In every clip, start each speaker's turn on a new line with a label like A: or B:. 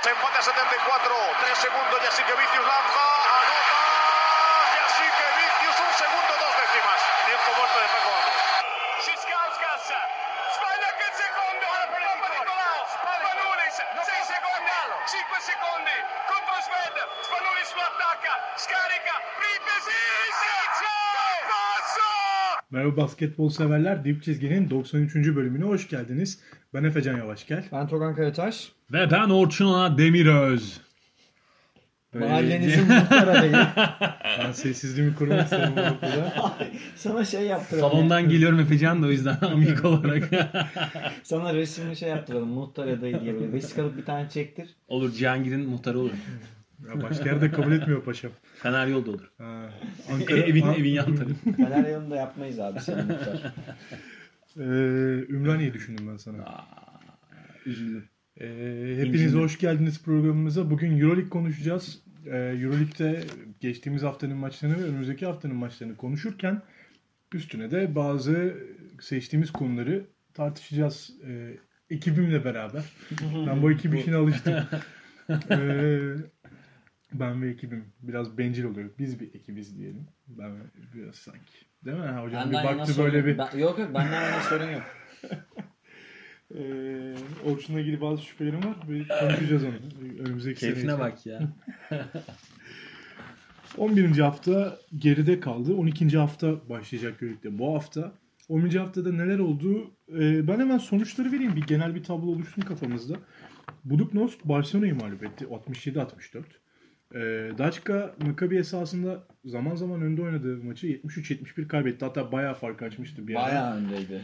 A: 50-74, 3 segundos, y así que Vicius lanza, anota, y así que Vicius un segundo, dos décimas. Tiempo muerto de Paco Amos.
B: Merhaba basketbol severler. Dip Çizgi'nin 93. bölümüne hoş geldiniz. Ben Efecan Yavaşgel.
C: Ben Togan Karataş.
D: Ve ben Orçun Ana Demiröz.
C: Mahallenizin muhtar adayı.
B: Ben sessizliğimi korumak istedim bu noktada.
C: Sana şey yaptıralım.
D: Salondan geliyorum Efecan da o yüzden amik olarak.
C: Sana resimli şey yaptıralım. Muhtar adayı diye böyle vesikalık bir tane çektir.
D: olur Cihangir'in muhtarı olur.
B: Ya başka yerde kabul etmiyor paşam.
D: Fener yol da olur.
B: Ha,
D: E,
B: Ankara,
D: evin,
B: An-
D: evin yan tarafı.
C: Fener yanında yapmayız abi senin muhtar.
B: Ee, Ümraniye düşündüm ben sana.
D: Üzüldüm.
B: Ee, hepiniz
D: İncindim.
B: hoş geldiniz programımıza. Bugün Euroleague konuşacağız. Ee, Euroleague'de geçtiğimiz haftanın maçlarını ve önümüzdeki haftanın maçlarını konuşurken üstüne de bazı seçtiğimiz konuları tartışacağız ee, ekibimle beraber. Ben bu ekip işine alıştım. Ee, ben ve ekibim biraz bencil oluyor. Biz bir ekibiz diyelim. Ben ve biraz sanki. Değil mi ha hocam? bir baktı böyle bir
C: Ben, yok yok benden yana sorun yok.
B: Ee, Orçun'la ilgili bazı şüphelerim var. Bir konuşacağız onu. Önümüzdeki sene
D: Keyfine
B: için.
D: bak ya.
B: 11. hafta geride kaldı. 12. hafta başlayacak birlikte bu hafta. 11. haftada neler oldu? Ee, ben hemen sonuçları vereyim. Bir genel bir tablo oluşsun kafamızda. Buduknost Barcelona'yı mağlup etti. 67-64. Ee, Daçka Maccabi esasında zaman zaman önde oynadığı maçı 73-71 kaybetti. Hatta bayağı fark açmıştı bir ara.
C: Bayağı öndeydi.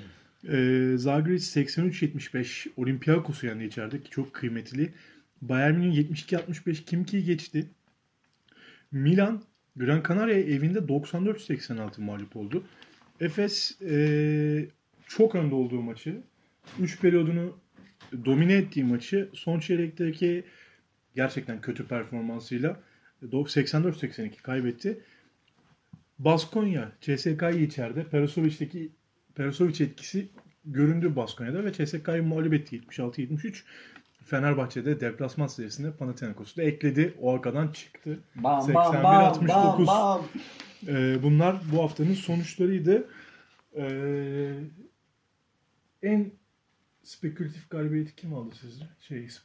B: Ee, Zagreus 83-75 Olympiakos'u yendi içeride ki çok kıymetli. Bayern Münih 72-65 Kimki'yi geçti. Milan Gran Canaria evinde 94-86 mağlup oldu. Efes ee, çok önde olduğu maçı 3 periyodunu domine ettiği maçı son çeyrekteki gerçekten kötü performansıyla 84-82 kaybetti. Baskonya CSK'yı içeride Perosovic'teki Perosovic etkisi göründü Baskonya'da ve CSK'yı mağlup etti 76-73. Fenerbahçe'de deplasman serisinde Panathinaikos'u da ekledi. O arkadan çıktı.
C: Bam
B: 81,
C: bam bam
B: 69.
C: bam bam.
B: Ee, bunlar bu haftanın sonuçlarıydı. Ee, en spekülatif galibiyeti kim aldı sizce? Şey, sp-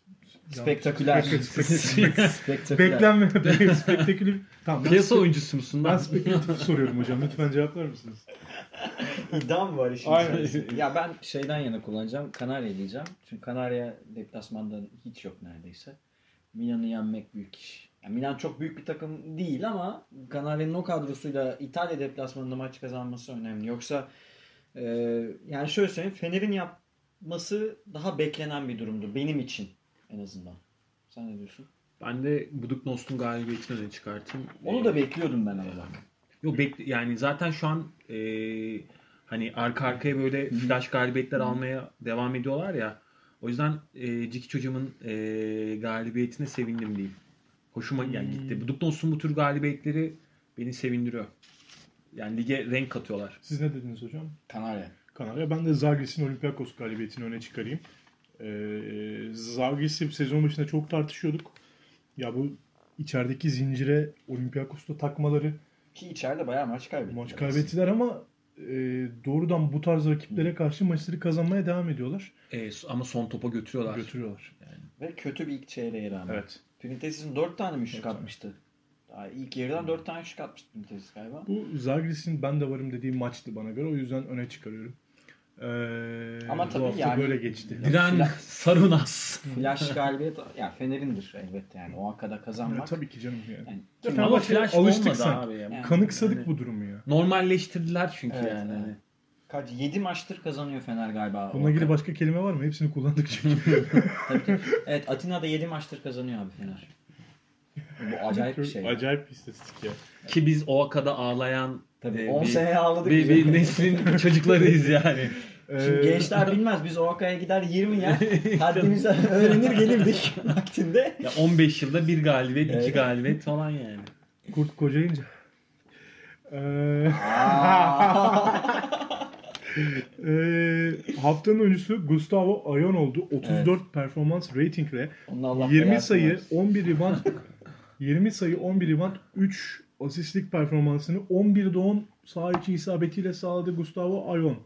B: şey.
C: Spektaküler. Spektaküler.
B: Beklenme. Spektaküler. Tamam. Ben,
D: Piyasa oyuncusu musun
B: ben
D: lan?
B: spekülatif soruyorum hocam. Lütfen cevaplar mısınız?
C: İddiam var işin
B: Aynen.
C: içerisinde. Ya ben şeyden yana kullanacağım. Kanarya diyeceğim. Çünkü Kanarya deplasmandan hiç yok neredeyse. Milan'ı yenmek büyük iş. Ya Milan çok büyük bir takım değil ama Kanarya'nın o kadrosuyla İtalya deplasmanında maç kazanması önemli. Yoksa e, yani şöyle söyleyeyim Fener'in yapması daha beklenen bir durumdu benim için en azından. Sen ne diyorsun?
D: Ben de Buduk Nost'un galibiyetini öne çıkartayım.
C: Onu da bekliyordum ben ama bak.
D: Yok bekle yani zaten şu an e, hani arka arkaya böyle flash galibiyetler almaya devam ediyorlar ya. O yüzden e, Ciki çocuğumun e, galibiyetine sevindim diyeyim. Hoşuma yani gitti. Bu Duknos'un bu tür galibiyetleri beni sevindiriyor. Yani lige renk katıyorlar.
B: Siz ne dediniz hocam?
C: Kanarya.
B: Kanarya. Ben de Zagris'in Olympiakos galibiyetini öne çıkarayım. Ee, Zagris'i sezon başında çok tartışıyorduk. Ya bu içerideki zincire Olympiakos'ta takmaları
C: Ki içeride bayağı maç kaybetti.
B: maç kaybettiler ama e, doğrudan bu tarz rakiplere karşı maçları kazanmaya devam ediyorlar.
D: E, ama son topa götürüyorlar.
B: Götürüyorlar.
C: Ve kötü bir ilk çeyreğe rağmen.
B: Evet.
C: Printesis'in 4 tane mi şut atmıştı? Daha ilk yarıdan 4 tane şut atmıştı Printesis galiba.
B: Bu Zagris'in ben de varım dediği maçtı bana göre. O yüzden öne çıkarıyorum. Ee,
C: Ama
B: bu
C: tabii
B: hafta
C: yani-
B: böyle geçti.
D: Diren Sarunas.
C: Flash galibiyet yani Fener'indir elbette yani o hakada
B: Ya,
C: kazanmak.
B: tabii ki canım yani.
C: Yani
B: Ya,
D: Ama
B: Fenerbahçe
D: flash
B: alıştık
D: olmadı
B: sanki.
D: abi. ya.
C: Yani.
B: Kanıksadık bu durumu ya.
D: Normalleştirdiler çünkü
C: Evet,
D: yani.
C: evet. kaç 7 maçtır kazanıyor Fener galiba.
B: Bununla
C: O
B: ilgili
C: hakada.
B: başka kelime var mı? Hepsini kullandık çünkü.
C: Tabii, tabii. Evet Atina'da 7 maçtır kazanıyor abi Fener. Bu acayip bir şey.
B: Acayip bir istatistik ya.
D: Ki biz o akada ağlayan
C: Tabii
D: e,
C: 10
D: bir-
C: sene ağladık.
D: bir,
C: biz.
D: bir neslin çocuklarıyız yani.
B: Ee,
C: Şimdi gençler bilmez biz o hakaya gider 20 yer haddimizi öğrenir gelirdik vaktinde.
D: Ya 15 yılda bir galibiyet, iki
C: Evet.
D: galibiyet falan yani.
B: Kurt kocayınca. Ee, Ee, haftanın oyuncusu Gustavo Ayon oldu. 34 performans ratingle
C: Onun Allah
B: 20
C: belasını
B: sayı,
C: versin.
B: 11 rebound, 20 sayı, 11 rebound, 3 asistlik performansını 11'de 10 saha içi isabetiyle sağladı Gustavo Ayon.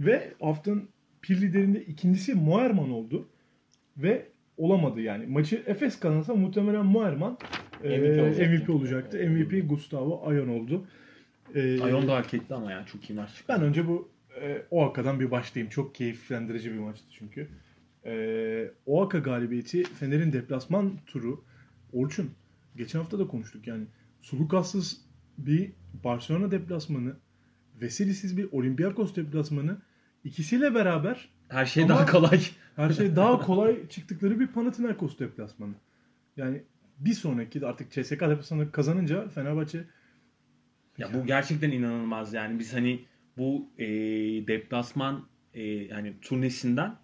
B: Ve haftanın pil liderinde ikincisi Moerman oldu. Ve olamadı yani. Maçı Efes kazansa muhtemelen Moerman e,
C: MVP olacaktı.
B: MVP olacaktı. MVP Gustavo Ayon oldu. E,
D: Ayon da hak etti ama ya çok iyi maç çıktı.
B: ben önce bu e, Oaka'dan bir başlayayım. Çok keyiflendirici bir maçtı çünkü. E, Oaka galibiyeti Fener'in deplasman turu. Orçun geçen hafta da konuştuk yani. Sulukassız bir Barcelona deplasmanı, Vesilisiz bir Olympiakos deplasmanı ikisiyle beraber
D: Her şey
B: Ama-
D: daha kolay.
B: her şey daha kolay çıktıkları bir Panathinaikos deplasmanı. Yani bir sonraki de artık CSK deplasmanı kazanınca Fenerbahçe
D: Ya bu gerçekten inanılmaz yani biz hani bu e, deplasman e, yani turnesinden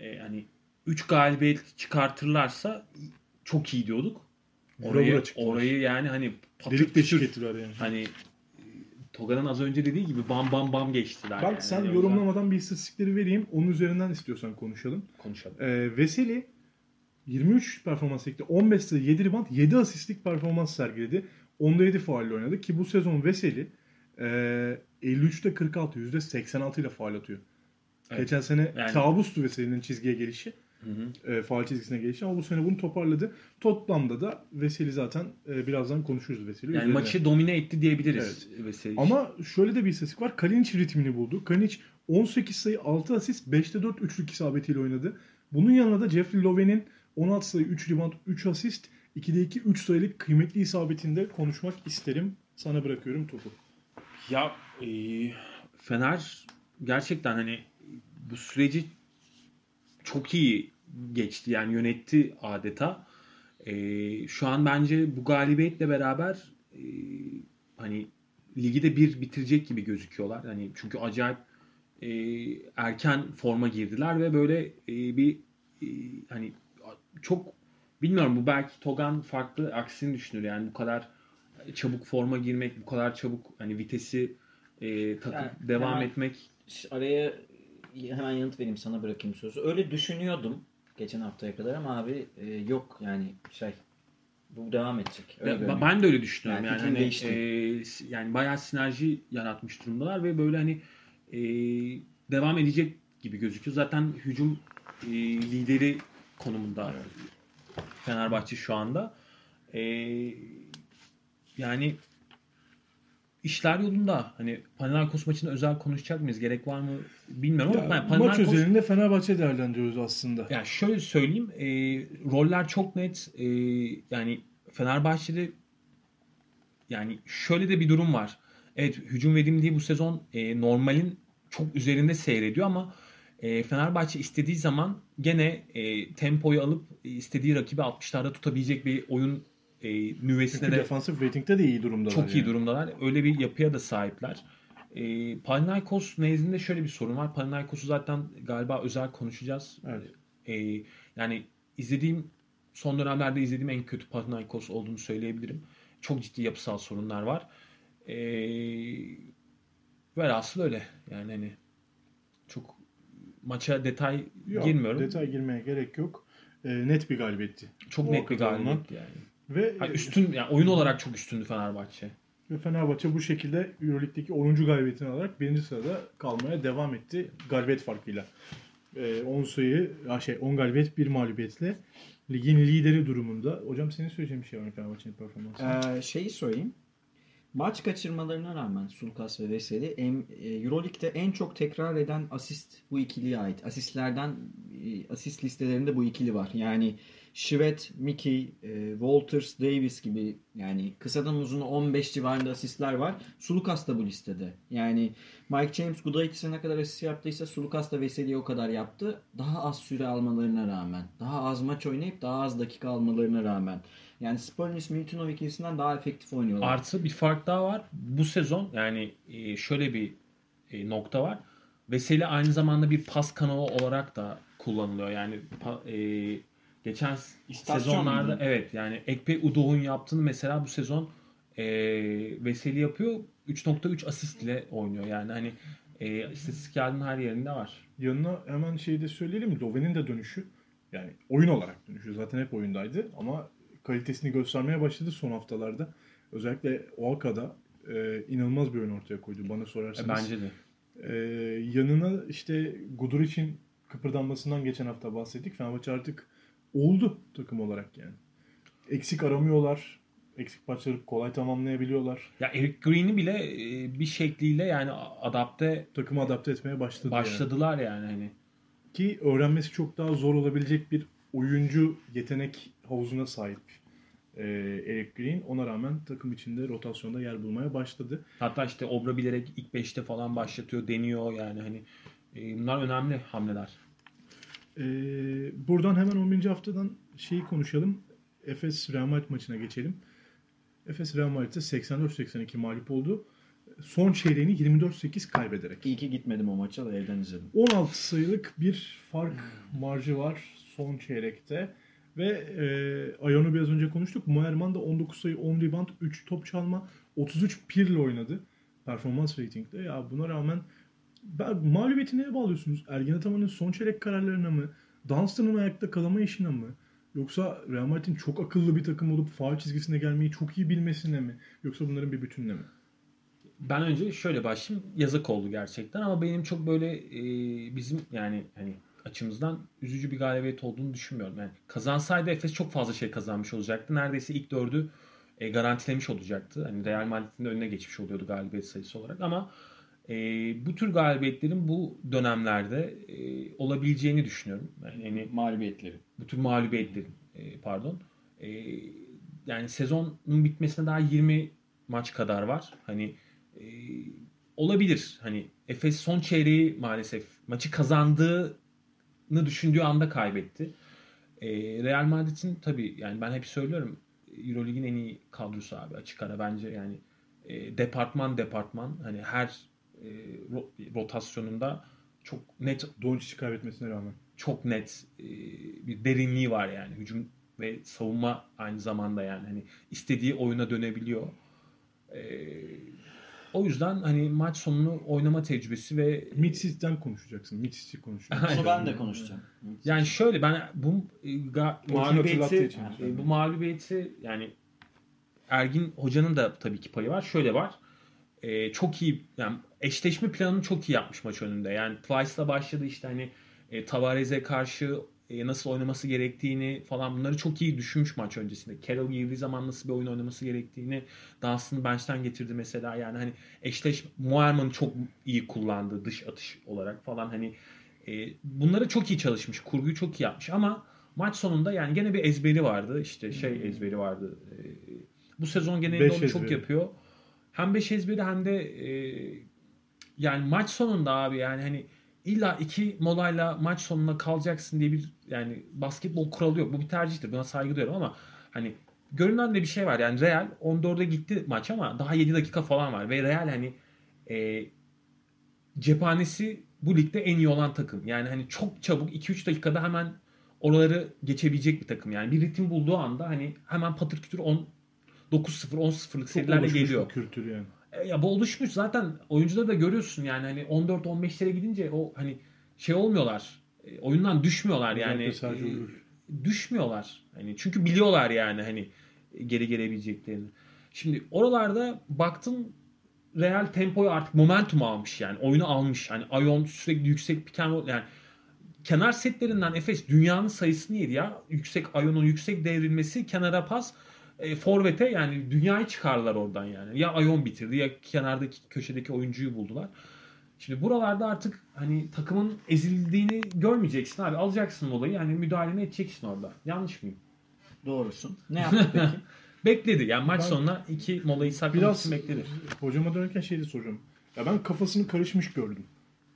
D: e, hani 3 galibiyet çıkartırlarsa çok iyi diyorduk.
B: Vura
D: Orayı
B: vura çıktılar.
D: orayı yani hani patır
B: delik
D: kütür,
B: deşik ettiler yani.
D: hani e, Toga'nın az önce dediği gibi bam bam bam geçtiler.
B: Bak
D: yani.
B: sen
D: Hani o yüzden
B: yorumlamadan bir istatistikleri vereyim. Onun üzerinden istiyorsan konuşalım.
D: konuşalım.
B: Ee, Veseli 23 performans ekti. 15 sayı, 7 rebound, 7 asistlik performans sergiledi. 10'da 7 faal oynadı ki bu sezon Veseli e, 53'te 46, %86 ile faal atıyor.
D: Evet.
B: Geçen sene
D: Yani-
B: kabustu Veseli'nin çizgiye gelişi.
D: Hı hı.
B: E, faal çizgisine gelişi ama bu sene bunu toparladı. Toplamda da Veseli zaten e, birazdan konuşuruz Veseli.
D: Yani
B: üzerine.
D: maçı domine etti diyebiliriz. Veseli.
B: Ama şöyle de bir istatistik var. Kalinic ritmini buldu. Kalinic 18 sayı 6 asist 5'te 4 üçlük isabetiyle oynadı. Bunun yanında da Jeffrey Love'nin 16 sayı 3 rebound 3 asist 2'de 2 3 sayılık kıymetli isabetinde konuşmak isterim. Sana bırakıyorum topu.
D: Ya e, Fener gerçekten hani bu süreci çok iyi geçti yani yönetti adeta. E, şu an bence bu galibiyetle beraber e, hani ligi de bir bitirecek gibi gözüküyorlar. Hani çünkü acayip e, erken forma girdiler ve böyle e, bir e, hani çok bilmiyorum bu belki Togan farklı aksini düşünür yani bu kadar çabuk forma girmek bu kadar çabuk hani vitesi e, takıp
C: Yani
D: devam
C: hemen-
D: etmek
C: Ş- Araya hemen yanıt vereyim sana bırakayım sözü. Öyle düşünüyordum geçen haftaya kadar ama abi e, yok yani şey bu devam edecek. Öyle
D: Ya,
C: görünüyor.
D: ben de öyle düşünüyorum
C: Yani
D: yani.
C: fikrim
D: hani,
C: değişti.
D: e, s- yani bayağı sinerji yaratmış durumdalar ve böyle hani e, devam edecek gibi gözüküyor. Zaten hücum e, lideri konumunda Fenerbahçe şu anda. E, yani işler yolunda. Hani Panathinaikos maçını özel konuşacak mıyız? Gerek var mı bilmiyorum ama yani
B: maç
D: Panathinaikos-
B: özelinde Fenerbahçe değerlendiriyoruz aslında.
D: ya şöyle söyleyeyim, e, roller çok net. E, yani Fenerbahçe'de yani şöyle de bir durum var. Evet hücum verimliliği bu sezon e, normalin çok üzerinde seyrediyor ama e, Fenerbahçe istediği zaman gene e, tempoyu alıp e, istediği rakibi 60'larda tutabilecek bir oyun e, nüvesine
B: Çünkü
D: de
B: defansif ratingde de iyi durumdalar.
D: çok iyi
B: yani.
D: durumdalar. Öyle bir yapıya da sahipler. E, Panaykos nezdinde şöyle bir sorun var. Panaykos'u zaten galiba özel konuşacağız.
B: Evet.
D: E, yani izlediğim son dönemlerde izlediğim en kötü Panaykos olduğunu söyleyebilirim. Çok ciddi yapısal sorunlar var. E, velhasıl öyle. Yani hani çok maça detay
B: Yok,
D: girmiyorum.
B: Detay girmeye gerek yok. E, net bir galibiyetti.
D: çok
B: O
D: net bir
B: kadar mı?
D: galibiyetti yani.
B: Ve
D: Hani üstün yani oyun olarak çok üstündü Fenerbahçe.
B: Ve Fenerbahçe bu şekilde Euroleague'deki 10. galibiyetini alarak 1. sırada kalmaya devam etti galibiyet farkıyla. Ee, 10 sayı, ya şey 10 galibiyet 1 mağlubiyetle ligin lideri durumunda. Hocam senin söyleyeceğin bir şey var mı Fenerbahçe'nin performansı?
C: Ee, şeyi söyleyeyim. Maç kaçırmalarına rağmen Sulkas ve Veseli em, e, Euroleague'de en çok tekrar eden asist bu ikiliye ait. Asistlerden e, asist listelerinde bu ikili var. Yani Şivet, Mickey, e, Walters, Davis gibi yani kısadan uzuna 15 civarında asistler var. Sulukas da bu listede. Yani Mike James Guda ikisine ne kadar asist yaptıysa Sulukas da Veseli o kadar yaptı. Daha az süre almalarına rağmen. Daha az maç oynayıp daha az dakika almalarına rağmen. Yani Spurnis Miltinov ikilisinden daha efektif oynuyorlar.
D: Artı bir fark daha var. Bu sezon yani e, şöyle bir e, nokta var. Veseli aynı zamanda bir pas kanalı olarak da kullanılıyor. Yani pa- e, geçen s-
C: İstasyon
D: sezonlarda
C: mu?
D: evet yani Ekpe Udoh'un yaptığını mesela bu sezon e, Veseli yapıyor. 3.3 asist ile oynuyor. Yani hani e, E, istatistik kağıdının her yerinde var.
B: Yanına hemen şeyi de söyleyelim. Loven'in de dönüşü yani oyun olarak dönüşü. Zaten hep oyundaydı ama kalitesini göstermeye başladı son haftalarda. Özellikle Oaka'da e, inanılmaz bir oyun ortaya koydu bana
D: E,
B: sorarsanız.
D: bence de.
B: E, yanına işte Guduric'in kıpırdanmasından geçen hafta bahsettik. Fenerbahçe artık oldu takım olarak yani. Eksik aramıyorlar. Eksik parçaları kolay tamamlayabiliyorlar.
D: Ya Eric Green'i bile e, bir şekliyle yani adapte
B: Takımı adapte etmeye başladı. yani.
D: başladılar yani hani.
B: ki öğrenmesi çok daha zor olabilecek bir oyuncu yetenek havuzuna sahip ee, Eric Green. Ona rağmen takım içinde rotasyonda yer bulmaya başladı.
D: Hatta işte Obra bilerek ilk 5'te falan başlatıyor, deniyor yani hani. E, bunlar önemli hamleler.
B: Ee, buradan hemen 11. haftadan şeyi konuşalım. Efes Real Madrid maçına geçelim. Efes Real Madrid'e 84-82 mağlup oldu. Son çeyreğini 24-8 kaybederek.
C: İyi ki gitmedim o maça da evden izledim.
B: 16 sayılık bir fark
C: Hmm.
B: marjı var son çeyrekte. Ve e, Ayon'u biraz önce konuştuk. Moerman da 19 sayı, 10 rebound, 3 top çalma, 33 pirle oynadı. Performans ratingde. Ya buna rağmen ben, mağlubiyeti neye bağlıyorsunuz? Ergin Ataman'ın son çeyrek kararlarına mı? Dunstan'ın ayakta kalama işine mi? Yoksa Real Madrid'in çok akıllı bir takım olup faal çizgisine gelmeyi çok iyi bilmesine mi? Yoksa bunların bir bütününe mi?
D: Ben önce şöyle başlayayım. Yazık oldu gerçekten ama benim çok böyle e, bizim yani hani açımızdan üzücü bir galibiyet olduğunu düşünmüyorum. Yani kazansaydı Efes çok fazla şey kazanmış olacaktı. Neredeyse ilk dördü e, garantilemiş olacaktı. Hani Real Madrid'in de önüne geçmiş oluyordu galibiyet sayısı olarak ama e, bu tür galibiyetlerin bu dönemlerde e, olabileceğini düşünüyorum. Yani, hani, yani
C: Mağlubiyetleri.
D: bu tür mağlubiyetlerin e, pardon. E, yani sezonun bitmesine daha 20 maç kadar var. Hani e, olabilir. Hani Efes son çeyreği maalesef maçı kazandığını düşündüğü anda kaybetti. E, Real Madrid'in tabii yani ben hep söylüyorum Eurolig'in en iyi kadrosu abi açık ara bence yani e, departman departman hani her e, ro- rotasyonunda çok net
B: Doncic'i kaybetmesine rağmen.
D: çok net e, bir derinliği var yani hücum ve savunma aynı zamanda yani hani istediği oyuna dönebiliyor. E, o yüzden hani maç sonunu oynama tecrübesi ve
B: Midsiz'den konuşacaksın. Midsiz'i konuşacaksın.
C: Onu ben de konuşacağım.
D: yani şöyle ben bu e, ga-
B: hatırlattığı
D: mağlubiyeti
B: için
D: e,
B: söylüyorum.
D: bu mağlubiyeti yani Ergin hocanın da tabii ki payı var. Şöyle var. E, çok iyi yani eşleşme planını çok iyi yapmış maç önünde. Yani Plyce'la başladı işte hani e, Tavares'e karşı e, nasıl oynaması gerektiğini falan bunları çok iyi düşünmüş maç öncesinde. Carroll girdiği zaman nasıl bir oyun oynaması gerektiğini Dans'ını bench'ten getirdi mesela. Yani hani eşleş Muarman'ı çok iyi kullandı dış atış olarak falan hani e, bunları çok iyi çalışmış. Kurguyu çok iyi yapmış ama maç sonunda yani gene bir ezberi vardı. İşte şey ezberi vardı. E, bu sezon genelinde
B: Hmm. Beş
D: onu çok
B: ezberi.
D: yapıyor. Hem 5 ezberi hem de e, yani maç sonunda abi yani hani illa iki molayla maç sonuna kalacaksın diye bir yani basketbol kuralı yok. Bu bir tercihtir. Buna saygı duyuyorum ama hani görünen de bir şey var. Yani Real 14'e gitti maç ama daha 7 dakika falan var ve Real hani e, cephanesi bu ligde en iyi olan takım. Yani hani çok çabuk 2-3 dakikada hemen oraları geçebilecek bir takım. Yani bir ritim bulduğu anda hani hemen patır kütür 10 9-0, 10-0'lık
B: Çok
D: serilerle
B: oluşmuş
D: geliyor.
B: bir kültür yani.
D: E, Ya bu oluşmuş zaten oyuncuda da görüyorsun yani hani 14-15'lere gidince o hani şey olmuyorlar. E, Oyundan düşmüyorlar yani.
B: Özellikle Sergio
D: E,
B: Llull.
D: düşmüyorlar. Hani çünkü biliyorlar yani hani geri gelebileceklerini. Şimdi oralarda baktım Real tempoyu artık momentum almış yani. Oyunu almış. Hani Ayon sürekli yüksek piken yani kenar setlerinden Efes dünyanın sayısını yedi ya. Yüksek Ayon'un yüksek devrilmesi, kenara pas, e, forvete yani dünyayı çıkarlar oradan yani. Ya Ayon bitirdi ya kenardaki köşedeki oyuncuyu buldular. Şimdi buralarda artık hani takımın ezildiğini görmeyeceksin abi. Alacaksın olayı yani müdahaleni edeceksin orada. Yanlış mıyım?
C: Doğrusun. Ne yaptı peki?
D: Bekledi. Yani maç
B: Ben-
D: sonuna iki molayı saklamak
B: Biraz
D: için bekledi.
B: hocama dönerken şey de soracağım. Ya ben kafasını karışmış gördüm.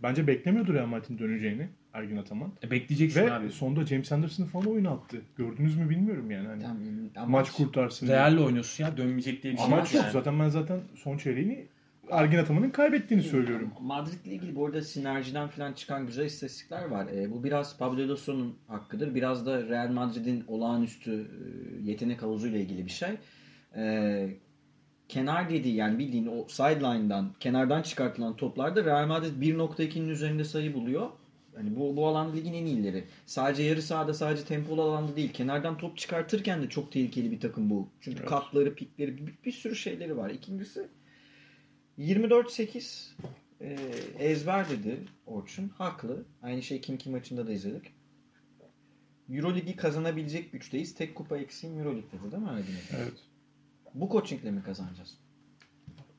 B: Bence beklemiyordu Real Madrid'in döneceğini Ergin Ataman.
D: E, bekleyeceksin
B: Ve
D: abi.
B: sonda James Anderson'ı falan oyuna attı. Gördünüz mü bilmiyorum yani. Hani
C: Tamam, ama-
B: maç kurtarsın. diye.
D: Real'le oynuyorsun ya dönmeyecek diye bir şey
B: Amaç
D: yok
B: yok.
D: yani.
B: Zaten ben zaten son çeyreğini Ergin Ataman'ın kaybettiğini söylüyorum.
C: Madrid'le ilgili bu arada sinerjiden falan çıkan güzel istatistikler var. E, bu biraz Pablo Lasso'nun hakkıdır. Biraz da Real Madrid'in olağanüstü e, yetenek havuzuyla ilgili bir şey. E, kenar dediği yani bildiğin o sideline'dan kenardan çıkartılan toplarda Real Madrid 1.2'nin üzerinde sayı buluyor. Hani bu, bu alanda ligin en iyileri. Sadece yarı sahada sadece tempolu alanda değil. Kenardan top çıkartırken de çok tehlikeli bir takım bu. Çünkü
B: Evet.
C: katları, pikleri bir, bir sürü şeyleri var. İkincisi 24-8 e, ezber dedi Orçun. Haklı. Aynı şey Kim Kim maçında da izledik. Euroligi kazanabilecek güçteyiz. Tek kupa eksiğim Euroleague'de dedi değil mi Ergin Hoca?
B: Evet.
C: Bu coachingle mi kazanacağız?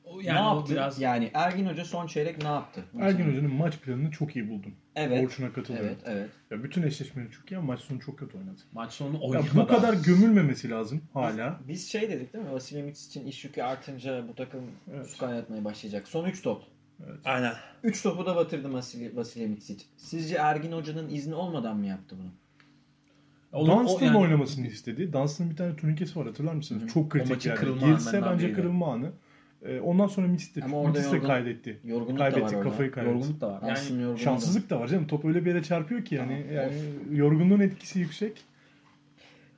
D: O,
C: ne
D: yani o
C: yaptı?
D: biraz
C: Yani Ergin Hoca son çeyrek ne yaptı?
B: Ergin Hoca'nın maç planını çok iyi buldum.
C: Evet.
B: Orçun'a katılıyorum.
C: Evet, evet.
B: Ya bütün eşleşmeleri çok iyi ama maç sonu çok kötü oynadı.
D: maç sonu
B: Ya
D: oynamadan.
B: bu kadar gömülmemesi lazım hala.
C: Biz şey dedik değil mi? Vasily Mitic için iş yükü artınca bu takım
B: Evet.
C: sukan yatmaya başlayacak. Son 3 top.
D: Aynen.
C: 3 topu da batırdı Vasily, Vasily Mitic. Sizce Ergin Hoca'nın izni olmadan mı yaptı bunu?
D: Onun- o
B: Dunstan
D: yani-
B: oynamasını istedi. Dunstan'ın bir tane turnikesi var hatırlar mısınız?
C: Hı hı.
B: Çok kritik
D: O maçın
B: yani.
D: kırılma
B: Girse
D: anlarından
B: bence
D: biriydi.
B: kırılma anı. Ee, ondan sonra Mitis de,
C: Ama orada
B: Mitis de
C: yorgun-
B: kaybetti.
C: Yorgunluk da var
B: Kaybetti,
C: orada.
B: kafayı kaybetti.
D: Yorgunluk da var. Yani
C: Aslında yorgunluk da-
B: Şanssızlık da var canım. Top öyle bir yere çarpıyor ki yani.
C: Tamam,
B: yani yorgunluğun etkisi yüksek.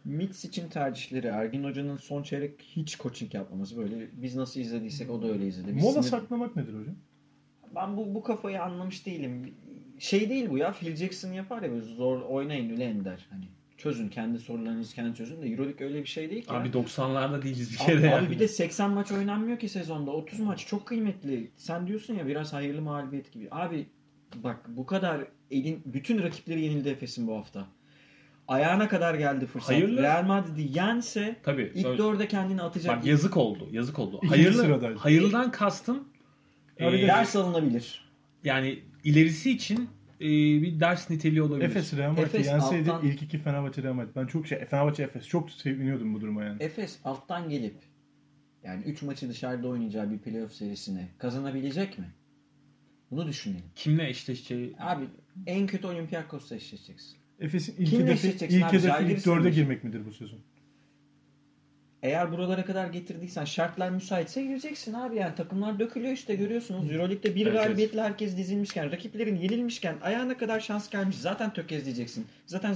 C: Mitz için tercihleri Ergin Hoca'nın son çeyrek hiç coaching yapmaması böyle biz nasıl izlediysek o da öyle izledi. Biz
B: Mola
C: sinir-
B: saklamak nedir hocam?
C: Ben bu, bu kafayı anlamış değilim. Şey değil bu ya Phil Jackson yapar ya böyle zor oynayın ülen der. Hani çözün kendi sorularınızı kendi çözün de Euroleague öyle bir şey değil ki. ya.
D: Abi 90'larda değiliz bir
C: Abi-
D: kere
C: abi,
D: yani.
C: bir de 80 maç oynanmıyor ki sezonda. 30 maç çok kıymetli. Sen diyorsun ya biraz hayırlı mağlubiyet gibi. Abi bak bu kadar elin bütün rakipleri yenildi Efes'in bu hafta. Ayağına kadar geldi fırsat.
D: Hayırlı.
C: Real Madrid'i yense
D: Tabii.
C: ilk
D: böyle-
C: dörde kendini atacak.
D: Bak yazık oldu. Yazık oldu.
B: İkinci
D: Hayırlı,
B: sıradaydı.
D: hayırlıdan kastım e,
B: Abi de-
C: Ders alınabilir.
D: yani ilerisi için e, bir ders niteliği olabilir.
B: Efes Real Madrid'i
C: Efes
B: yenseydi
C: alttan-
B: ilk iki Fenerbahçe Real Madrid. Ben çok şey Fenerbahçe Efes çok seviniyordum bu duruma yani.
C: Efes alttan gelip yani 3 maçı dışarıda oynayacağı bir playoff serisini kazanabilecek mi? Bunu düşünelim.
D: Kimle eşleşeceği
C: Abi en kötü Olympiakos'la eşleşeceksin.
B: Efes'in ilk
C: Kimle
B: hedefi,
C: eşleşeceksin
B: ilk,
C: abi?
B: hedefi ilk
C: Jalgiris'le
B: dörde
C: mi?
B: girmek midir bu sezon?
C: Eğer buralara kadar getirdiysen şartlar müsaitse gireceksin abi yani takımlar dökülüyor işte görüyorsunuz. Euroleague'de bir
D: Evet,
C: galibiyetle herkes dizilmişken, rakiplerin yenilmişken ayağına kadar şans gelmiş. Zaten tökezleyeceksin. Zaten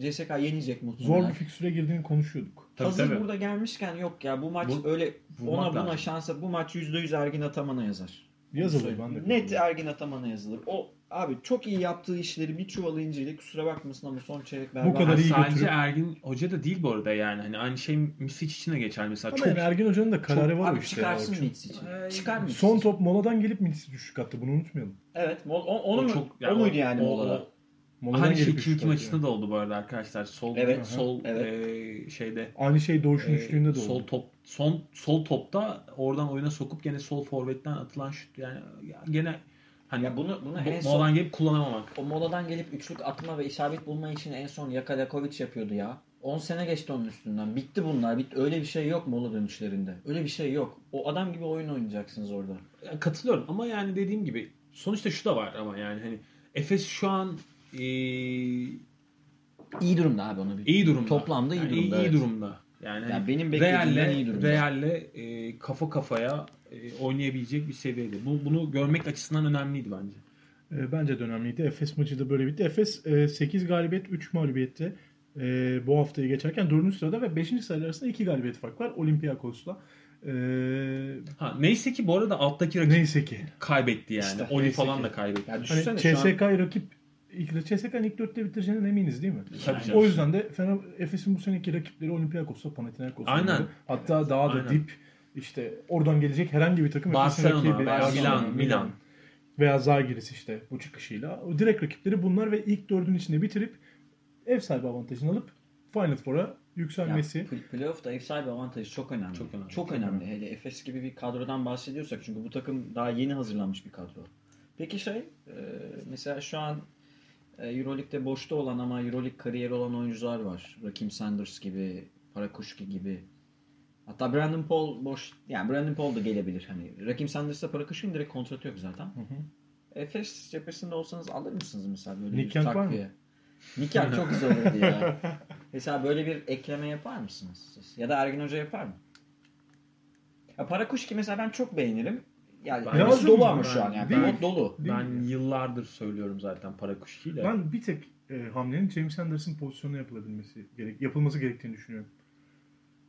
C: CSK yenecek muhtemelen.
B: Zor bir fikstüre girdiğini konuşuyorduk.
D: Tabii,
C: Hazır
D: tabii.
C: burada gelmişken yok ya bu maç
D: Bu-
C: öyle
D: vurmak
C: ona buna
D: lazım.
C: şansa bu maç %100 Ergin Ataman'a yazar.
B: Yazılır ben de.
C: Net Ergin Ataman'a yazılır. O abi çok iyi yaptığı işleri bir çuvala inceledi. Kusura bakmasın ama son çeyrek berbat.
B: kadar
D: Yani
B: iyi
D: sadece
B: götürüp-
D: Ergin Hoca da değil bu arada yani. Hani aynı şey Misic için de geçer mesela.
B: Ama
D: çok
B: yani Ergin Hoca'nın da kararı
C: Çok-
B: var o
C: abi
B: işte. ya,
C: çıkarsın
B: Orçun.
C: Mitz için.
D: Ay.
C: Çıkar Mitz
B: Son
C: için.
B: top moladan gelip Mitis'i düşük attı. Bunu unutmayalım.
C: Evet. Mol, o, onu mu,
D: çok-
C: o muydu yani
D: o-
C: molada?
D: o-
B: Moladan
D: Aynı şey
B: gelip
D: kim
B: üçlük
D: kim
B: attı
D: maçında
B: yani.
D: da oldu bu arada arkadaşlar. Sol
C: Evet.
D: sol
C: Evet.
D: e, şeyde
B: Aynı şey Doğuş'un
D: e,
B: üçlüğünde de oldu.
D: sol top son sol topta oradan oyuna sokup gene sol forvetten atılan şut yani ya gene hani
C: Ya bunu bunu en
D: bu,
C: son
D: Molan gelip kullanamamak.
C: o moladan gelip üçlük atma ve isabet bulma için en son Yakalakovic yapıyordu ya. 10 sene geçti onun üstünden. Bitti bunlar. Bitti. Öyle bir şey yok mola dönüşlerinde. Öyle bir şey yok. O adam gibi oyun oynayacaksınız orada.
D: Ya Katılıyorum ama yani dediğim gibi sonuçta şu da var ama yani hani Efes şu an e,
C: İyi durumda abi onu bir.
D: iyi durumda.
C: Toplamda iyi
D: Yani
C: durumda,
D: iyi
C: evet.
D: durumda. Yani
C: Ya
D: hani
C: benim beklediğimden
D: Real'le,
C: iyi durumda.
D: Real'le e, kafa kafaya e, oynayabilecek bir seviyede. Bu, bunu görmek açısından önemliydi bence.
B: E, bence de önemliydi. Efes maçı da böyle bitti. Efes e, 8 galibiyet 3 mağlubiyette e, bu haftayı geçerken 4. sırada ve 5. sırada arasında 2 galibiyet fark var Olympiakos'la. E,
D: Ha neyse ki bu arada alttaki rakip
B: neyse ki.
D: kaybetti yani.
B: İşte,
D: Oli
B: neyse
D: falan
B: ki.
D: da kaybetti.
C: Ya
B: Hani
C: düşünsene şu an-
B: CSK 'yı rakip ilk, CSK'nın ilk 4'te bitireceğinden eminiz değil mi?
D: Tabii
B: O
D: canım.
B: yüzden de Fener, Efes'in bu seneki rakipleri Olympiakos'la Panathinaikos'la.
D: Aynen.
B: oynadı. Hatta daha da
D: Aynen.
B: dip işte oradan gelecek herhangi bir takım Efes'in
D: Barcelona,
B: rakibi,
D: Barcelona, Milan.
B: veya Zagiris işte bu çıkışıyla. O direkt rakipleri bunlar ve ilk dördün içinde bitirip ev sahibi avantajını alıp Final Four'a yükselmesi.
C: Ya, pl- playoff'ta ev sahibi avantajı çok önemli.
D: Çok önemli.
C: Çok önemli. Hele Efes gibi bir kadrodan bahsediyorsak çünkü bu takım daha yeni hazırlanmış bir kadro. Peki şey, e, mesela şu an e, EuroLeague'de boşta olan ama EuroLeague kariyeri olan oyuncular var. Rakim Sanders gibi, Parakushki gibi. Hatta Brandon Paul boş, yani Brandon Paul da gelebilir hani. Rakim Sanders'la Parakushki'nin direkt kontratı yok zaten.
B: Hı hı.
C: Efes cephesinde olsanız alır mısınız mesela böyle
B: Nick
C: bir
B: Young var mı?
C: takviye? Nick Young çok güzel olurdu ya. Mesela böyle bir ekleme yapar mısınız siz? Ya da Ergin Hoca yapar mı? Ya Parakuşki mesela ben çok beğenirim. Yani
D: Ben-
C: biraz
B: Lazım
C: dolu
B: mı?
C: ama şu an yani.
D: Ben-
C: Pivot dolu.
B: Değil
D: Ben
B: mi?
D: yıllardır söylüyorum zaten para kuşkiyle.
B: Ben bir tek e, hamlenin James Anderson pozisyonuna yapılabilmesi gerek, yapılması gerektiğini düşünüyorum.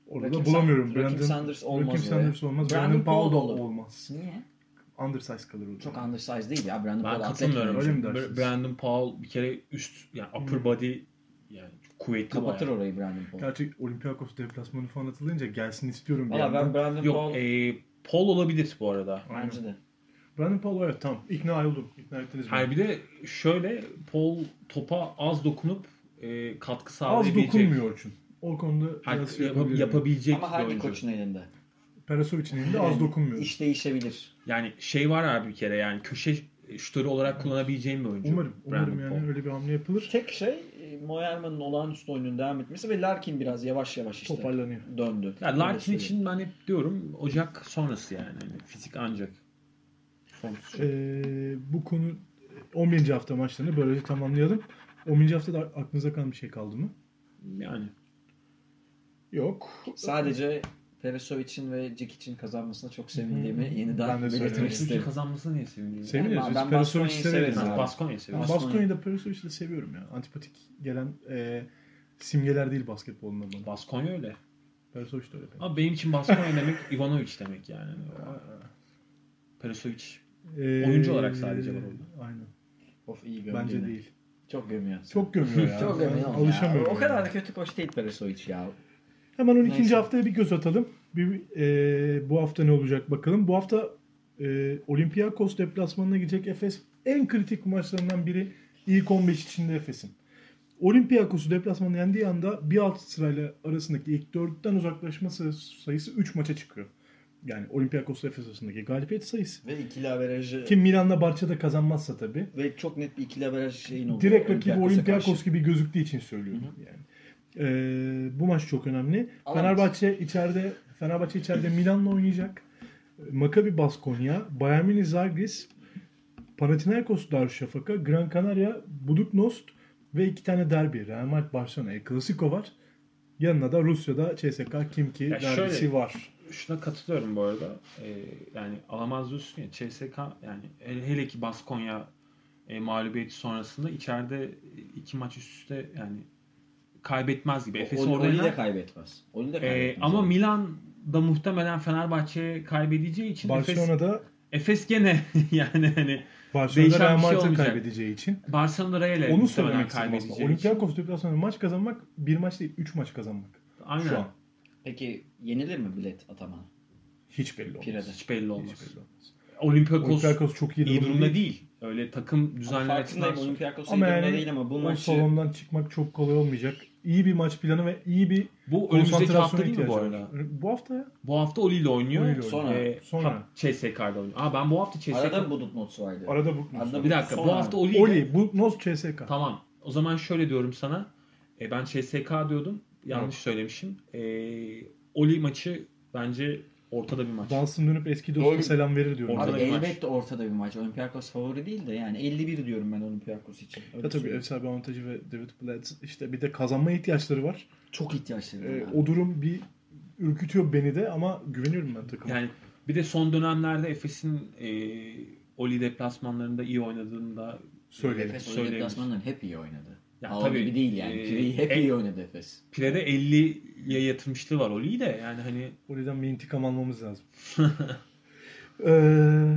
B: Orada
C: Rakim
B: da bulamıyorum.
C: Sanders- Rakim Sanders olmaz
B: Rakim
C: oraya.
B: Sanders olmaz.
C: Brandon
B: Brandon Powell da
C: Paul olur.
B: olmaz.
C: Niye?
B: Undersize kalır orada.
C: Çok undersized değil ya. Brandon
D: Ben
C: Paul
D: katılmıyorum.
C: atlet.
B: Öyle mi
D: Bra-
B: dersiniz?
D: Brandon Paul bir kere üst yani upper body yani çok kuvvetli
C: Kapatır
D: bayağı.
C: orayı Brandon Paul.
B: Gerçi Olympiakos deplasmanı falan atılınca gelsin istiyorum bir
C: Valla ben
B: yandan.
C: Brandon Paul
D: Yok e, Paul olabilir bu arada.
B: Aynen.
C: bence de.
B: Brandon Paul evet tamam. İkna oldum. İkna ettiniz beni.
D: Hayır bir de şöyle Paul topa az dokunup e, katkı
B: Az
D: sağlayabilecek. şey
B: dokunmuyor çünkü. O konuda
D: Hayır,
B: biraz
D: yap-
B: yapabilirim.
D: yapabilecek
C: Ama
D: bir
C: hangi
D: oyuncu.
C: koçun elinde?
B: Perasovic'in elinde az dokunmuyor.
C: İş değişebilir.
D: Yani şey var abi bir kere yani köşe şutörü olarak kullanabileceğim bir oyuncu.
B: Umarım. Umarım
D: Brandon
B: yani
D: Paul.
B: öyle bir hamle yapılır.
C: Tek şey e, Moerman'ın olağanüstü oyunun devam etmesi ve Larkin biraz yavaş yavaş işte
B: Toparlanıyor.
C: döndü.
D: Ya Larkin
C: Öyle söyleyeyim.
D: için ben hep diyorum Ocak sonrası yani. Yani fizik ancak. Sonrası.
B: Ee, bu konu 11. hafta maçlarını böylece tamamlayalım. 10. haftada aklınıza kalan bir şey kaldı mı?
D: Yani.
B: Yok.
C: sadece Perisovic'in ve Jack için kazanmasına çok sevindiğimi yeniden
B: Ben de
C: belirtmek
B: söylemek
D: Perisovic'in
C: isterim.
D: kazanmasını niye seviniyorsun?
B: Seviniriz.
C: Ben-
B: Biz
C: ben
B: Perasovic'i
C: Baskonya'yı
B: severiz
C: severim
B: abi.
D: Ben Baskonya'yı
B: Ben
D: seviyorum.
C: Baskonya-
B: Baskonya'da Perisovic'i de seviyorum ya. Antipatik gelen e, simgeler değil basketbolunda bana.
D: Baskonya öyle.
B: Perisovic de öyle. pek.
D: Ama benim için Baskonya demek Ivanovic demek yani. Perisovic.
B: Ee,
D: oyuncu olarak sadece var orada.
B: Aynen.
C: Of iyi gömdü.
B: Bence
C: yine.
B: değil.
C: Çok gömüyor.
B: Çok gömüyor ya.
C: Çok
B: Ben
C: gömüyor. ama
B: Alışamıyorum.
C: ya. O
B: yani.
C: kadar da kötü koç değil Perisovic ya.
B: Hemen 12.
C: Neyse.
B: haftaya bir göz atalım. Bir, e, bu hafta ne olacak bakalım. Bu hafta e, Olympiakos deplasmanına gidecek Efes en kritik maçlarından biri ilk 15 içinde Efes'in. Olympiakos'u deplasmanına yendiği anda bir alt sırayla arasındaki ilk 4'ten uzaklaşma sayı- sayısı 3 maça çıkıyor. Yani Olympiakos'la Efes arasındaki galibiyet sayısı.
C: Ve ikili averajı
B: Ki Milan'la Barça'da kazanmazsa tabii.
C: ve çok net bir ikili averaj şeyin oldu.
B: Direkt rakibi Olympiakos
C: karşı.
B: gibi gözüktüğü için söylüyorum yani. Ee, bu maç çok önemli.
C: Alamaz.
B: Fenerbahçe içeride Fenerbahçe içeride Milan'la oynayacak. Maccabi Baskonya, Bayern Münih Zagris, Panathinaikos Darüşşafaka, Gran Canaria, Buduknost ve iki tane derbi. Real Madrid Barcelona, El Clasico var. Yanına da Rusya'da CSKA Kimki
D: Ya
B: derbisi
D: şöyle-
B: var.
D: Şuna katılıyorum bu arada. Ee, yani alamaz diyorsun ya. CSK yani hele hele ki Baskonya e, mağlubiyeti sonrasında içeride iki maç üst üste yani kaybetmez gibi. Efes
C: Oli-
D: orada
C: Oli de
D: yener.
C: kaybetmez. Oli de
D: Ee,
C: kaybetmez.
D: ama
C: Yani.
D: Milan da muhtemelen Fenerbahçe kaybedeceği için Efes,
B: Barcelona'da
D: Efes gene yani hani
B: Barcelona'da
D: Değişen
B: Real
D: bir şey
B: Madrid'i
D: olmayacak.
B: kaybedeceği için
D: Barcelona Real'e
B: Onu
D: muhtemelen
B: söylemek istedim aslında.
D: kaybedeceği için.
B: Olympiakos deplasmanı maç kazanmak bir maç değil, üç maç kazanmak.
D: Aynen.
B: Şu an.
C: Peki yenilir mi bilet atama?
B: Hiç belli olmaz.
C: Pirede.
D: Hiç belli
B: Hiç
D: olmaz.
B: belli olmaz.
D: Olympiakos
B: Olympiakos çok iyi,
D: iyi durumda değil. Öyle takım düzenler açısından
C: Farkındayım Olympiakos iyi
B: Ama
C: durumda
B: yani
C: değil ama bu
B: O
C: maçı
B: salondan çıkmak çok kolay olmayacak. İyi bir maç planı ve iyi bir
D: Bu önümüzdeki hafta
B: konsantrasyona
D: değil mi
B: ihtiyacı
D: bu
B: var.
D: arada?
B: Bu hafta ya.
D: Bu hafta Oli ile oynuyor.
B: Oli ile oynuyor.
C: Sonra-
D: Ee,
B: Sonra.
D: ha- CSK'da oynuyor. Aa ben bu hafta CSK...
C: arada budut notu vardı.
B: Arada bu.
C: Arada
D: Bir dakika bu
C: Sonra.
D: hafta Oli ile...
B: Oli, bu Nos CSK.
D: Tamam. O zaman şöyle diyorum sana. E, ben CSK diyordum. Yanlış söylemişim. E, Oli maçı bence ortada bir maç.
B: Dansın dönüp eski
C: Oli-
B: dosta selam verir diyorum.
D: Orada
C: Abi
D: bir maç.
C: elbette ortada bir maç. Olympiakos favori değil de yani 51 diyorum ben Olympiakos için. Öyle
B: Ya tabii ev
C: söyleyeyim.
B: sahibi avantajı ve David Blatt işte bir de kazanma ihtiyaçları var.
C: Çok ihtiyaçları var.
B: Ee,
C: abi.
B: o durum bir ürkütüyor beni de ama güveniyorum ben takıma.
D: Yani bir de son dönemlerde Efes'in e, Oli deplasmanlarında iyi oynadığında
B: Söyleyelim.
C: Efes
D: söyleyebiliriz.
C: oyun deplasmanlarını hep iyi oynadı.
D: Ya
C: Hava
D: tabii,
C: gibi değil yani.
D: e,
C: Pire'yi hep
D: e-
C: iyi oynadı Efes.
D: Pire'de 50'ye yatırmışlığı var Oli'yi de yani hani
B: Oradan bir intikam almamız lazım. Ee,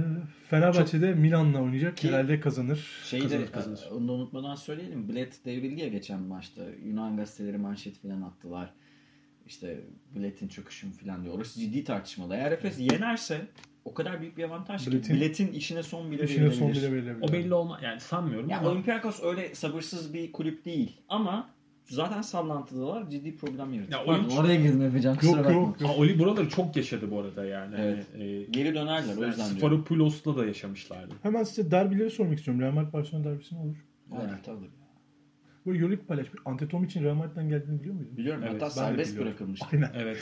B: Fenerbahçe'de Milan'la oynayacak.
C: Ki-
B: Herhalde kazanır.
C: Şeyi de e,
D: Kazanır, kazanır.
C: onu da unutmadan söyleyelim. Bled devrildi ya geçen maçta. Yunan gazeteleri manşet falan attılar. İşte Bled'in çöküşü mü falan diyor. Orası ciddi tartışmalı. Eğer Efes yenerse o kadar büyük bir avantaj ki
B: Bled'in-
C: Bled'in işine son bile
B: İşine son
C: verilebilir.
B: bile verilebilir.
D: o belli olma yani sanmıyorum
C: Ya
D: ama
C: Olympiakos öyle sabırsız bir kulüp değil ama zaten sallantıdalar ciddi problem yaratıyor.
D: Ya
C: Pardon,
D: oyun-
C: oraya girdim Efecan kusura
B: Yok,
C: bakma.
B: yok.
D: Ama Oli buraları çok yaşadı bu arada yani.
C: Evet.
D: Hani, e,
C: Geri dönerler o
D: yani
C: yüzden diyorum.
D: Sforopoulos'la da yaşamışlardı.
B: Hemen size derbileri sormak istiyorum. Real Madrid Barcelona derbisi ne olur?
C: Evet, alır.
B: Böyle yolik paylaşmış. Antetom için Real Madrid'den geldiğini biliyor muydun?
C: Biliyorum
D: Evet, ben
C: hatta
D: de
C: serbest
B: biliyorum.
C: bırakılmış.
B: Aynen.
D: Evet.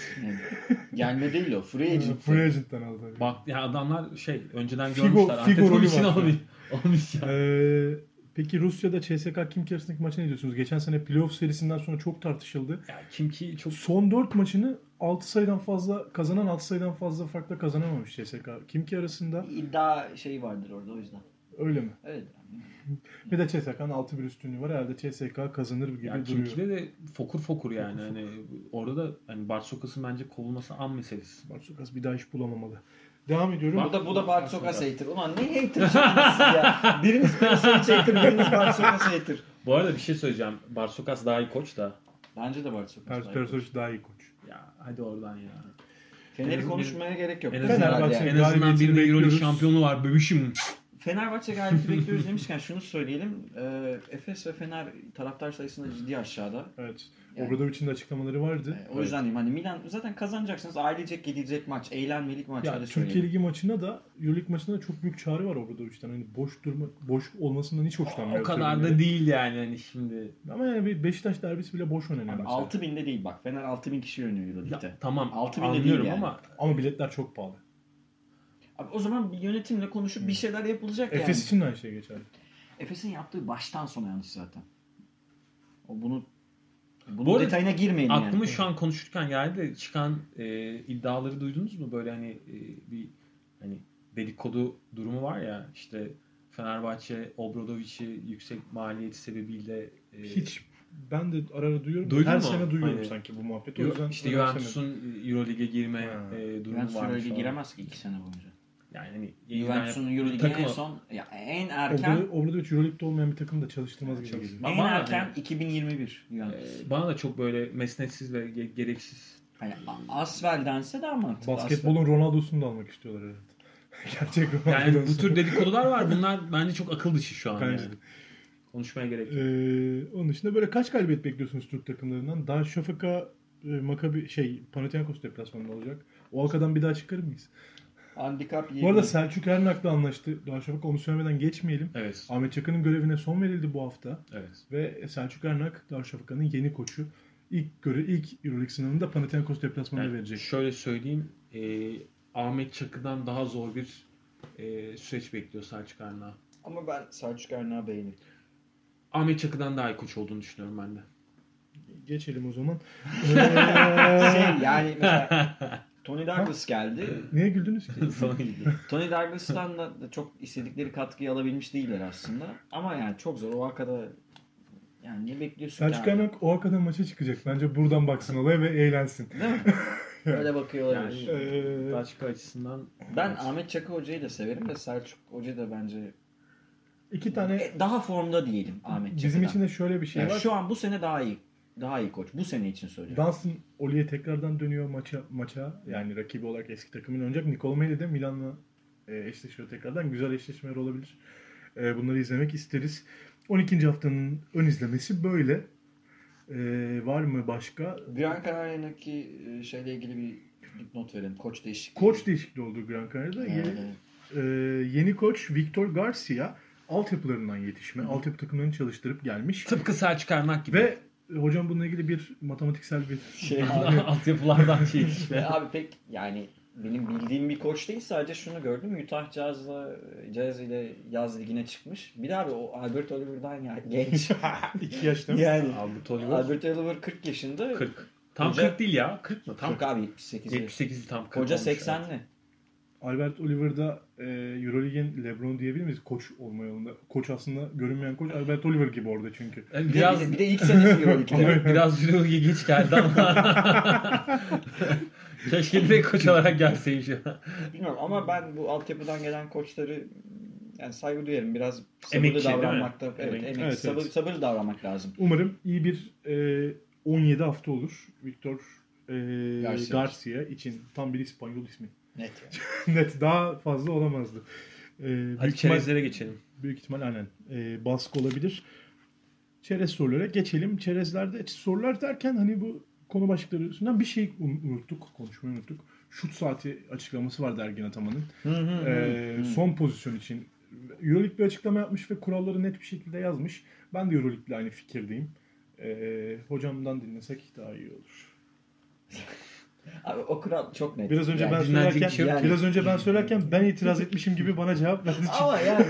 C: Yani Gelme değil o. Free
B: Ee,
C: agent.
B: Free agent'tan aldı.
D: Bak ya adamlar şey önceden
B: Figo-
D: görmüşler.
B: Figo
D: Antetokounmpo
B: rolü
D: için
B: var.
D: olmuş, olmuş ya.
B: Ee, peki Rusya'da CSK Kim arasındaki maça ne diyorsunuz? Geçen sene playoff serisinden sonra çok tartışıldı.
D: ya. Kim ki çok
B: Son 4 maçını 6 sayıdan fazla kazanan 6 sayıdan fazla farkla kazanamamış CSK. Kim arasında
C: İddia şeyi vardır orada o yüzden.
B: Öyle mi?
C: Öyle.
B: Bir de CSK'nın 6-1 üstünlüğü var. Herhalde CSK kazanır gibi
D: Yani
B: duruyor.
D: Kimki'de de fokur fokur yani. Hani orada da hani Barsokas'ın bence kovulması an meselesi.
B: Barsokas bir daha iş bulamamalı. Devam ediyorum.
C: Bu da, bu da Bart Sokas hater. Ulan ne hater çıkması ya? Biriniz Persovic hater, biriniz Bart Sokas hater.
D: Bu arada bir şey söyleyeceğim. Barsokas daha iyi koç da.
C: Bence de Bart Sokas.
B: Pers
C: hater.
B: Persovic daha iyi koç.
D: Ya hadi oradan ya. En
C: Fener'i
D: azından-
C: konuşmaya gerek yok.
D: En azından,
C: Fenerbahçe,
D: en
B: Fenerbahçe'nin
D: azından
B: galibiyetini
D: birinde Euroleague
B: bekliyoruz.
D: şampiyonu var bebişim.
C: Fenerbahçe galibiyeti bekliyoruz demişken şunu söyleyelim. Ee, Efes ve Fener taraftar sayısında ciddi aşağıda.
B: Evet.
C: Yani-
B: Obradovic'in de açıklamaları vardı.
D: E,
C: Ee, O yüzden diyeyim hani Milan zaten kazanacaksınız. Ailecek gidecek maç, eğlenmelik maç.
B: Ya
C: öyle
B: Türkiye
C: söyleyeyim.
B: Ligi maçına da Euroleague maçına da çok büyük çağrı var Obradovic'ten. Hani boş durma boş olmasından hiç hoşlanmıyor.
D: O kadar
B: tribünleri.
D: da değil yani hani şimdi.
B: Ama yani bir Beşiktaş derbisi bile boş oynanıyor
C: Abi
B: mesela.
C: 6000'de değil bak. Fener 6000 kişi oynuyor Euroleague'de.
D: Ya, tamam
C: Altı bin de değil
D: anlıyorum
C: yani.
D: ama
B: Ama biletler çok pahalı.
C: Abi o zaman bir yönetimle konuşup bir şeyler yapılacak yani.
B: Efes için de aynı şey geçerli.
C: Efes'in yaptığı baştan sona yanlış zaten. O bunu bunun
D: Bu arada
C: detayına girmeyin yani.
D: aklıma şu an konuşurken geldi de çıkan e, iddiaları duydunuz mu? Böyle hani e, bir hani dedikodu durumu var ya işte Fenerbahçe Obradovic'i yüksek maliyeti sebebiyle e,
B: Hiç ben de ara ara duyuyorum.
D: Duydun
B: Her
D: mu?
B: sene duyuyorum
D: Hani-
B: sanki bu muhabbeti. O yüzden
D: Yo- işte
B: önemsemedim.
D: Juventus'un Euroleague'e girme
B: Ha.
D: e, durumu
C: Juventus
D: var.
C: Euroleague'e giremez ki 2 sene boyunca.
D: Yani hani yeniden
C: Juventus'un
D: yap-
C: Euroleague'e en
D: takıma-
C: son ya en
B: Obra-
C: erken
B: Obradovic Euroleague'de olmayan bir takım da çalıştırmaz gibi
C: Çok-
B: geliyor.
D: Ama
C: en
D: bana
C: erken
D: yani-
C: 2021 Juventus.
D: E, bana da çok böyle mesnetsiz ve ge- gereksiz.
C: Hani A- Asvel'dense daha mantıklı.
B: Basketbolun Ronaldo'sunu da almak istiyorlar herhalde. Gerçek Ronaldo.
D: Yani bu
B: olsun.
D: tür dedikodular var. Bunlar bence çok akıl dışı şu an.
B: Bence
D: yani.
B: de.
D: Konuşmaya gerek yok.
B: Ee, onun dışında böyle kaç galibiyet bekliyorsunuz Türk takımlarından? Daha Şafaka Makabi şey Panathinaikos deplasmanında olacak. O halkadan bir daha çıkarır mıyız?
C: Asvel. Handikap 20.
B: Bu arada Selçuk Ernak'la anlaştı. Daha Şafaka onu söylemeden geçmeyelim.
D: Evet.
B: Ahmet Çakır'ın görevine son verildi bu hafta
D: Evet.
B: ve Selçuk Ernak Darüşşafaka'nın yeni koçu. İlk göre ilk Euroleague sınavında Panathinaikos deplasmanında
D: Yani
B: verecek.
D: Şöyle söyleyeyim. e, Ahmet Çakı'dan daha zor bir e, süreç bekliyor Selçuk Arna.
C: Ama ben Selçuk Erna'yı beğenirim.
D: Ahmet Çakı'dan daha iyi koç olduğunu düşünüyorum ben de.
B: Geçelim o zaman.
C: Şey,
B: Ee,
C: yani mesela Tony Douglas geldi.
B: niye güldünüz ki?
D: Sana gidiyor.
C: Tony Douglas'tan da da çok istedikleri katkıyı alabilmiş değiller aslında. Ama yani çok zor. O arkada yani ne bekliyorsun ki
B: Selçuk
C: abi?
B: Ernak o halkadan maça çıkacak. Bence buradan baksın olaya ve eğlensin.
C: Değil mi? Öyle bakıyor olabilir.
D: Yani
B: Ee,
D: başka açısından
C: Ben Ahmet Çakı Hoca'yı da severim de Selçuk Hoca da bence
B: İki tane
C: E, daha formda diyelim Ahmet
B: Hani
C: Çakı'dan.
B: bizim için de şöyle bir şey
C: Yani
B: var.
C: şu an bu sene daha iyi. Daha iyi koç. Bu sene için söylüyorum.
B: Dunstan Oli'ye tekrardan dönüyor maça maça. Yani rakibi olarak eski takımın oynayacak. Nicolo Melli de Milan'la e, eşleşiyor tekrardan. Güzel eşleşmeler olabilir. E, bunları izlemek isteriz. 12. haftanın ön izlemesi böyle. E, var mı başka?
C: Gran Canaria'daki e, şeyle ilgili bir not verelim. Koç değişikliği. Ee,
B: Koç değişikliği oldu Gran Canaria'da. Yeni,
C: Yani,
B: e, yeni koç Victor Garcia altyapılarından yetişme. Altyapı takımlarını çalıştırıp gelmiş.
D: tıpkı Selçuk Arnak gibi.
B: Ve e, hocam bununla ilgili bir matematiksel bir
C: şey,
D: altyapılardan şey işte.
C: abi pek yani benim bildiğim bir koç değil sadece şunu gördüm. Utah Jazz'la Jazz ile yaz ligine çıkmış. Bir de abi o Albert Oliver'dan ya genç.
B: iki yaşta mı?
C: yani
D: Abi Tony Wolf
C: Albert Oliver 40 yaşında.
D: 40. Tam
C: Hoca-
D: 40 değil ya. 40 mı?
C: Tam
D: Tam
C: abi 78.
D: 78'i tam 40
C: Koca
D: olmuş,
C: 80'li.
B: Albert Oliver'da e, Euroleague'in LeBron diyebilir miyiz? Koç olma yolunda. Koç aslında görünmeyen koç Albert Oliver gibi orada çünkü.
C: Bir,
D: evet. Yani biraz
C: de, bir de ilk senesi Euroleague'de.
D: biraz Euroleague'e geç geldi ama. Keşke direkt koç olarak gelseymiş.
C: Bilmiyorum
B: Hmm.
C: ama ben bu altyapıdan gelen koçları yani saygı duyarım. Biraz sabırlı
D: Emekçi, değil mi?
C: davranmakta. Evet,
D: Emekçi.
C: emekçi.
B: Evet,
C: sabır,
B: evet.
C: sabırlı davranmak lazım.
B: Umarım iyi bir e, 17 hafta olur. Victor e,
C: Garcia.
B: Garcia. için. Tam bir İspanyol ismi.
C: Net.
B: Net daha fazla olamazdı. E, büyük,
D: Hadi
B: ihtimal,
D: çerezlere geçelim.
B: büyük ihtimal aynen e, baskı olabilir. Çerez sorulara geçelim. Çerezlerde sorular derken hani bu konu başlıkları üstünden bir şey un- unuttuk. Konuşmayı unuttuk. Şut saati açıklaması vardı Ergin Ataman'ın. Ee, son pozisyon için. Euroleague bir açıklama yapmış ve kuralları net bir şekilde yazmış. Ben de Euroleague'le aynı fikirdeyim. Ee, hocamdan dinlesek daha iyi olur.
C: Abi o kural çok net.
B: Biraz önce
C: Yani
B: ben
D: dinlenecek
B: söylerken,
D: şey
C: yok.
B: biraz önce ben söylerken ben itiraz etmişim gibi bana cevap verdiği için
C: Ama yani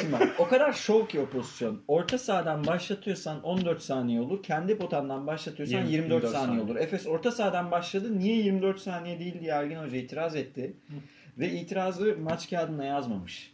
C: şimdi bak, o kadar şov ki o pozisyon. Orta sahadan başlatıyorsan 14 saniye olur. Kendi potandan başlatıyorsan
D: Yirmi-
C: 24,
D: 24
C: saniye,
D: saniye.
C: olur. Efes orta sahadan başladı. Niye 24 saniye değil diye Ergin Hoca itiraz etti. Ve itirazı maç kağıdına yazmamış.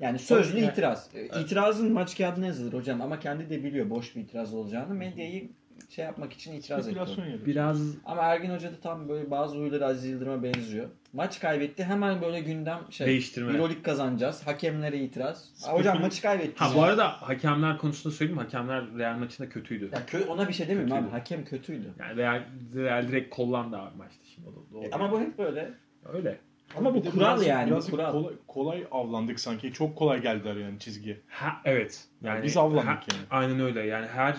C: Yani sözlü itiraz. E, İtirazın maç kağıdına yazılır hocam ama kendi de biliyor boş bir itiraz olacağını. Medyayı şey yapmak için itiraz ediyor.
B: Spekülasyon yapıyor.
D: Biraz
C: Ama Ergin Hoca da tam böyle bazı huyları Aziz Yıldırım'a benziyor. Maç kaybetti hemen böyle gündem şey
D: Değiştirme.
C: Euroleague kazanacağız. Hakemlere itiraz. Ha, hocam maçı kaybettik.
D: Ha bu arada hakemler konusunda söyleyeyim mi? hakemler Real maçında kötüydü.
C: Ya kö- ona bir şey demiyorum
D: Kötüydü.
C: abi. Hakem kötüydü.
D: Yani Real, Real direkt kollandı abi maçta şimdi. O da- doğru.
C: E, ama bu hep böyle.
D: öyle.
B: Ama
C: bu
B: bir de
C: kural
B: birazcık-
C: yani, bu
B: birazcık
C: kural.
B: Kolay, kolay avlandık sanki. Çok kolay geldiler yani çizgiye.
D: Ha evet. Yani
B: biz avlandık
D: ha-
B: yani.
D: Aynen öyle. Yani her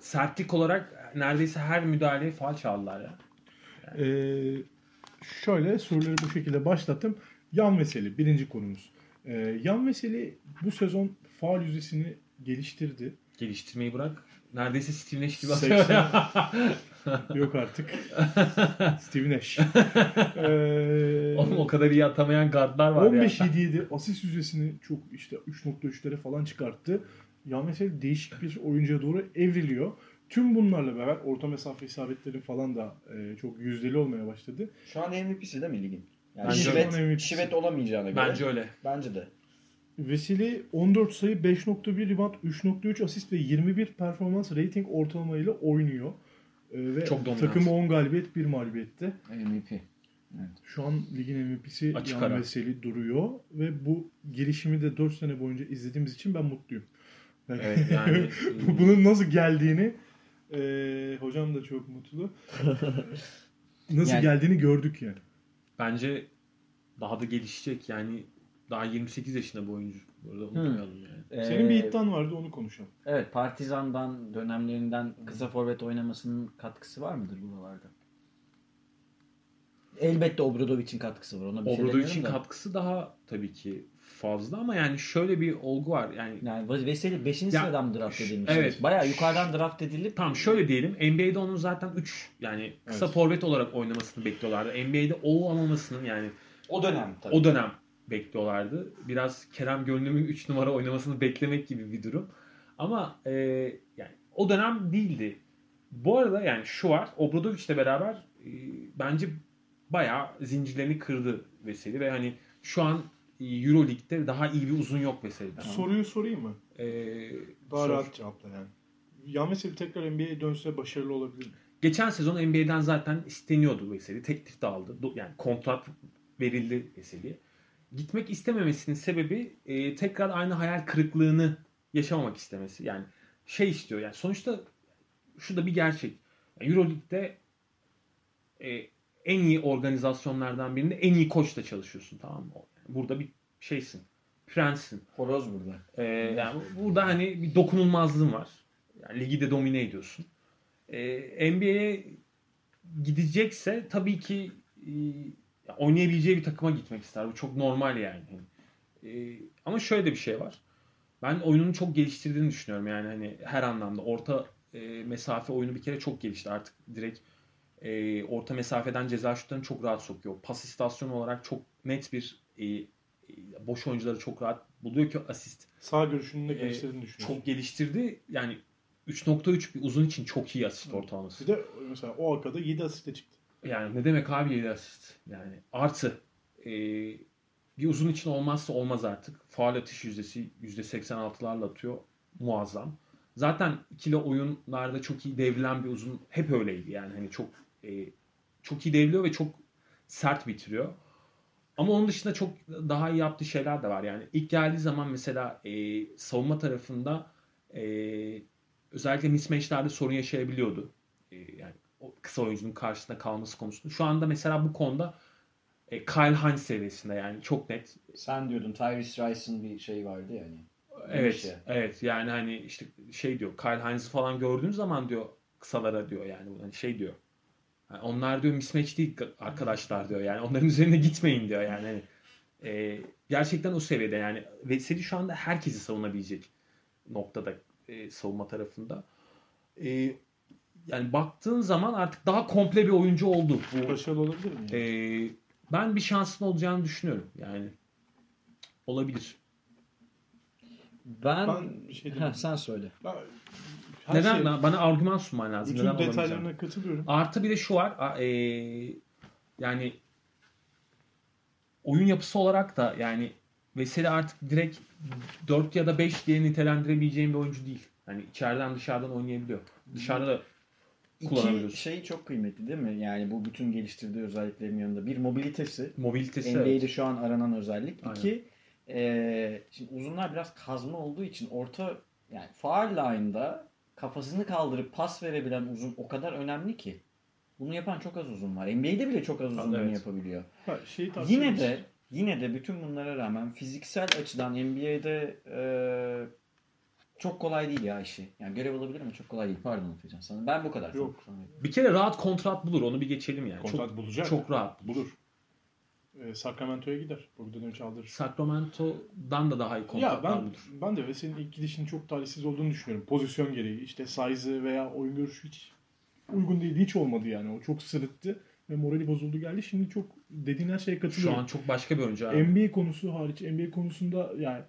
D: sertlik olarak neredeyse her müdahaleye faal çaldılar ya.
B: Ee, şöyle soruları bu şekilde başlattım. Yan Veseli birinci konumuz. Ee, yan Veseli bu sezon faal yüzdesini geliştirdi.
D: Geliştirmeyi bırak. Neredeyse Steve Nash gibi atıyor.
B: 80 Yok artık. Steven Nash. Ee,
D: Oğlum o kadar iyi atamayan gardlar var
B: 15
D: ya.
B: 7 7 asist yüzdesini çok işte 3.3'lere falan çıkarttı. Yan Veseli değişik bir oyuncuya doğru evriliyor. Tüm bunlarla beraber orta mesafe isabetleri falan da e, çok yüzdeli olmaya başladı.
C: Şu an MVP'si değil mi ligin? Yani
D: Bence
B: şu an
C: şivet,
B: MVP'si.
C: şivet olamayacağına göre.
D: Bence
C: Bence,
D: öyle.
C: de.
B: Vesili 14 sayı, 5.1 rebound, 3.3 asist ve 21 performans rating ortalamayla oynuyor. Ee, ve
D: Çok dominant.
B: takımı 10 galibiyet, 1 mağlubiyette.
C: MVP.
B: Şu an ligin MVP'si
D: Açık
B: Yan
D: ara.
B: Veseli duruyor ve bu gelişimi de 4 sene boyunca izlediğimiz için ben mutluyum.
D: Evet yani.
B: Bu- Bunun nasıl geldiğini e, hocam da çok mutlu. nasıl
C: Yani-
B: geldiğini gördük yani.
D: bence daha da gelişecek yani. Daha 28 yaşında bu oyuncu. Bu arada
B: Hmm.
D: unutmayalım yani.
B: Senin bir iddian vardı onu konuşalım.
C: Evet Partizan'dan dönemlerinden kısa forvet oynamasının katkısı var mıdır buralarda? Elbette Obradovic'in katkısı var. Ona bir şey demiyorum
D: Obradovic'in
C: da.
D: katkısı daha tabii ki fazla ama yani şöyle bir olgu var. Yani
C: yani Ve- Veseli 5.
D: Ya,
C: sıradan draft
D: ş-
C: edilmiş.
D: evet.
C: Bayağı yukarıdan draft edilip
D: Tamam şöyle diyelim. NBA'de onun zaten 3 yani kısa
B: Evet.
D: forvet olarak oynamasını bekliyorlardı. NBA'de o olamamasının yani
C: o dönem tabii.
D: o dönem bekliyorlardı. Biraz Kerem Gönlüm'ün 3 numara oynamasını beklemek gibi bir durum. Ama e, yani o dönem değildi. Bu arada yani şu var. Obradovic'le beraber e, bence bayağı zincirlerini kırdı Veseli ve hani şu an e, Euroleague'de daha iyi bir uzun yok Veseli'den.
B: Soruyu sorayım mı?
D: E,
B: Daha
D: sor.
B: rahat cevapla yani. Yan mesela tekrar NBA'ye dönse başarılı olabilir mi?
D: Geçen sezon NBA'den zaten isteniyordu Veseli. Teklif de aldı. Do- Yani kontrat verildi Veseli'ye. Gitmek istememesinin sebebi e, tekrar aynı hayal kırıklığını yaşamamak istemesi. Yani şey istiyor. Yani sonuçta şu da bir gerçek. Yani Euroleague'de e, en iyi organizasyonlardan birinde en iyi koçla çalışıyorsun tamam mı? Burada bir şeysin. Prenssin.
C: Horoz burada.
D: Ee, yani burada hani bir dokunulmazlığın var. Yani ligi de domine ediyorsun. Ee, NBA'ye gidecekse tabii ki e, ya oynayabileceği bir takıma gitmek ister. Bu çok normal yani. Ee, ama şöyle de bir şey var. Ben oyununu çok geliştirdiğini düşünüyorum yani hani her anlamda orta e, mesafe oyunu bir kere çok gelişti artık direkt e, orta mesafeden ceza şutlarını çok rahat sokuyor. Pas istasyonu olarak çok net bir e, e, boş oyuncuları çok rahat buluyor ki asist
B: Sağ görüşünün de
D: Ee,
B: geliştirdiğini düşünüyorum.
D: çok geliştirdi. Yani 3.3 bir uzun için çok iyi asist
B: Bir
D: ortalaması.
B: de mesela o arkada 7 asiste çıktı.
D: Yani ne demek abi 7 asist? Yani artı e, bir uzun için olmazsa olmaz artık. Faal atış yüzdesi %86'larla atıyor. Muazzam. Zaten ikili oyunlarda çok iyi devrilen bir uzun hep öyleydi. Yani hani çok e, çok iyi devriliyor ve çok sert bitiriyor. Ama onun dışında çok daha iyi yaptığı şeyler de var. Yani ilk geldiği zaman mesela e, savunma tarafında e, özellikle mismatchlerde sorun yaşayabiliyordu. E, yani o kısa oyuncunun karşısında kalması konusunda. Şu anda mesela bu konuda e, Kyle Hines seviyesinde yani çok net.
C: Sen diyordun Tyrese Rice'ın bir şeyi vardı yani.
D: Evet,
C: şey.
D: evet yani hani işte şey diyor Kyle Hines'ı falan gördüğün zaman diyor kısalara diyor yani hani şey diyor. Yani onlar diyor mismatch değil arkadaşlar diyor yani onların üzerine gitmeyin diyor yani. Hani, e, gerçekten o seviyede yani Veseli şu anda herkesi savunabilecek noktada e, savunma tarafında. E, yani baktığın zaman artık daha komple bir oyuncu oldu bu
B: Başarılı olabilir mi? yani?
D: ee, ben bir şansın olacağını düşünüyorum. Yani olabilir.
C: Ben,
B: Ben bir şey
C: Heh,
B: demiyorum.
C: sen söyle.
B: Ben- her
D: Neden?
B: şey-
D: Ben- Bana argüman sunman lazım.
B: Bütün
D: Neden olamayacağını.
B: detaylarına katılıyorum.
D: Artı bir de şu var. a- e, eee, yani oyun yapısı olarak da yani Veseli artık direkt 4 ya da 5 diye nitelendirebileceğim bir oyuncu değil. Hani içeriden dışarıdan oynayabiliyor. Dışarıda da
C: İki
D: Kullanabiliyorsun.
C: şey çok kıymetli değil mi? Yani bu bütün geliştirdiği özelliklerin yanında. Bir mobilitesi.
D: mobilitesi
C: NBA'de
D: evet.
C: şu an aranan özellik.
D: Aynen.
C: İki, eee, şimdi uzunlar biraz kazma olduğu için orta yani far line'da kafasını kaldırıp pas verebilen uzun o kadar önemli ki. Bunu yapan çok az uzun var. NBA'de bile çok az uzun bunu
D: evet.
C: yapabiliyor.
B: Ha, şeyi tartışıyoruz.
C: Yine de yine de bütün bunlara rağmen fiziksel açıdan NBA'de eee, e, çok kolay değil ya işi. Yani görev olabilir ama çok kolay değil. Pardon Efecan sana. Ben bu kadar.
B: Yok.
C: Sana-
D: Bir kere rahat kontrat bulur. Onu bir geçelim yani.
B: kontrat bulacak.
D: çok, çok rahat.
B: bulur. Ee, Sacramento'ya gider. Bogdanovic'i aldırır.
D: Sacramento'dan da daha iyi
B: Ya
D: kontratlar
B: ben
D: bulur.
B: ben de Veseli'nin ilk gidişinin çok talihsiz olduğunu düşünüyorum. Pozisyon gereği işte size veya oyun görüşü hiç uygun değildi. Hiç olmadı yani. O çok sırıttı ve morali bozuldu geldi. Şimdi çok dediğin her şeye
D: Şu
B: katılıyorum.
D: an çok başka bir oyuncu. abi.
B: NBA konusu hariç NBA konusunda yani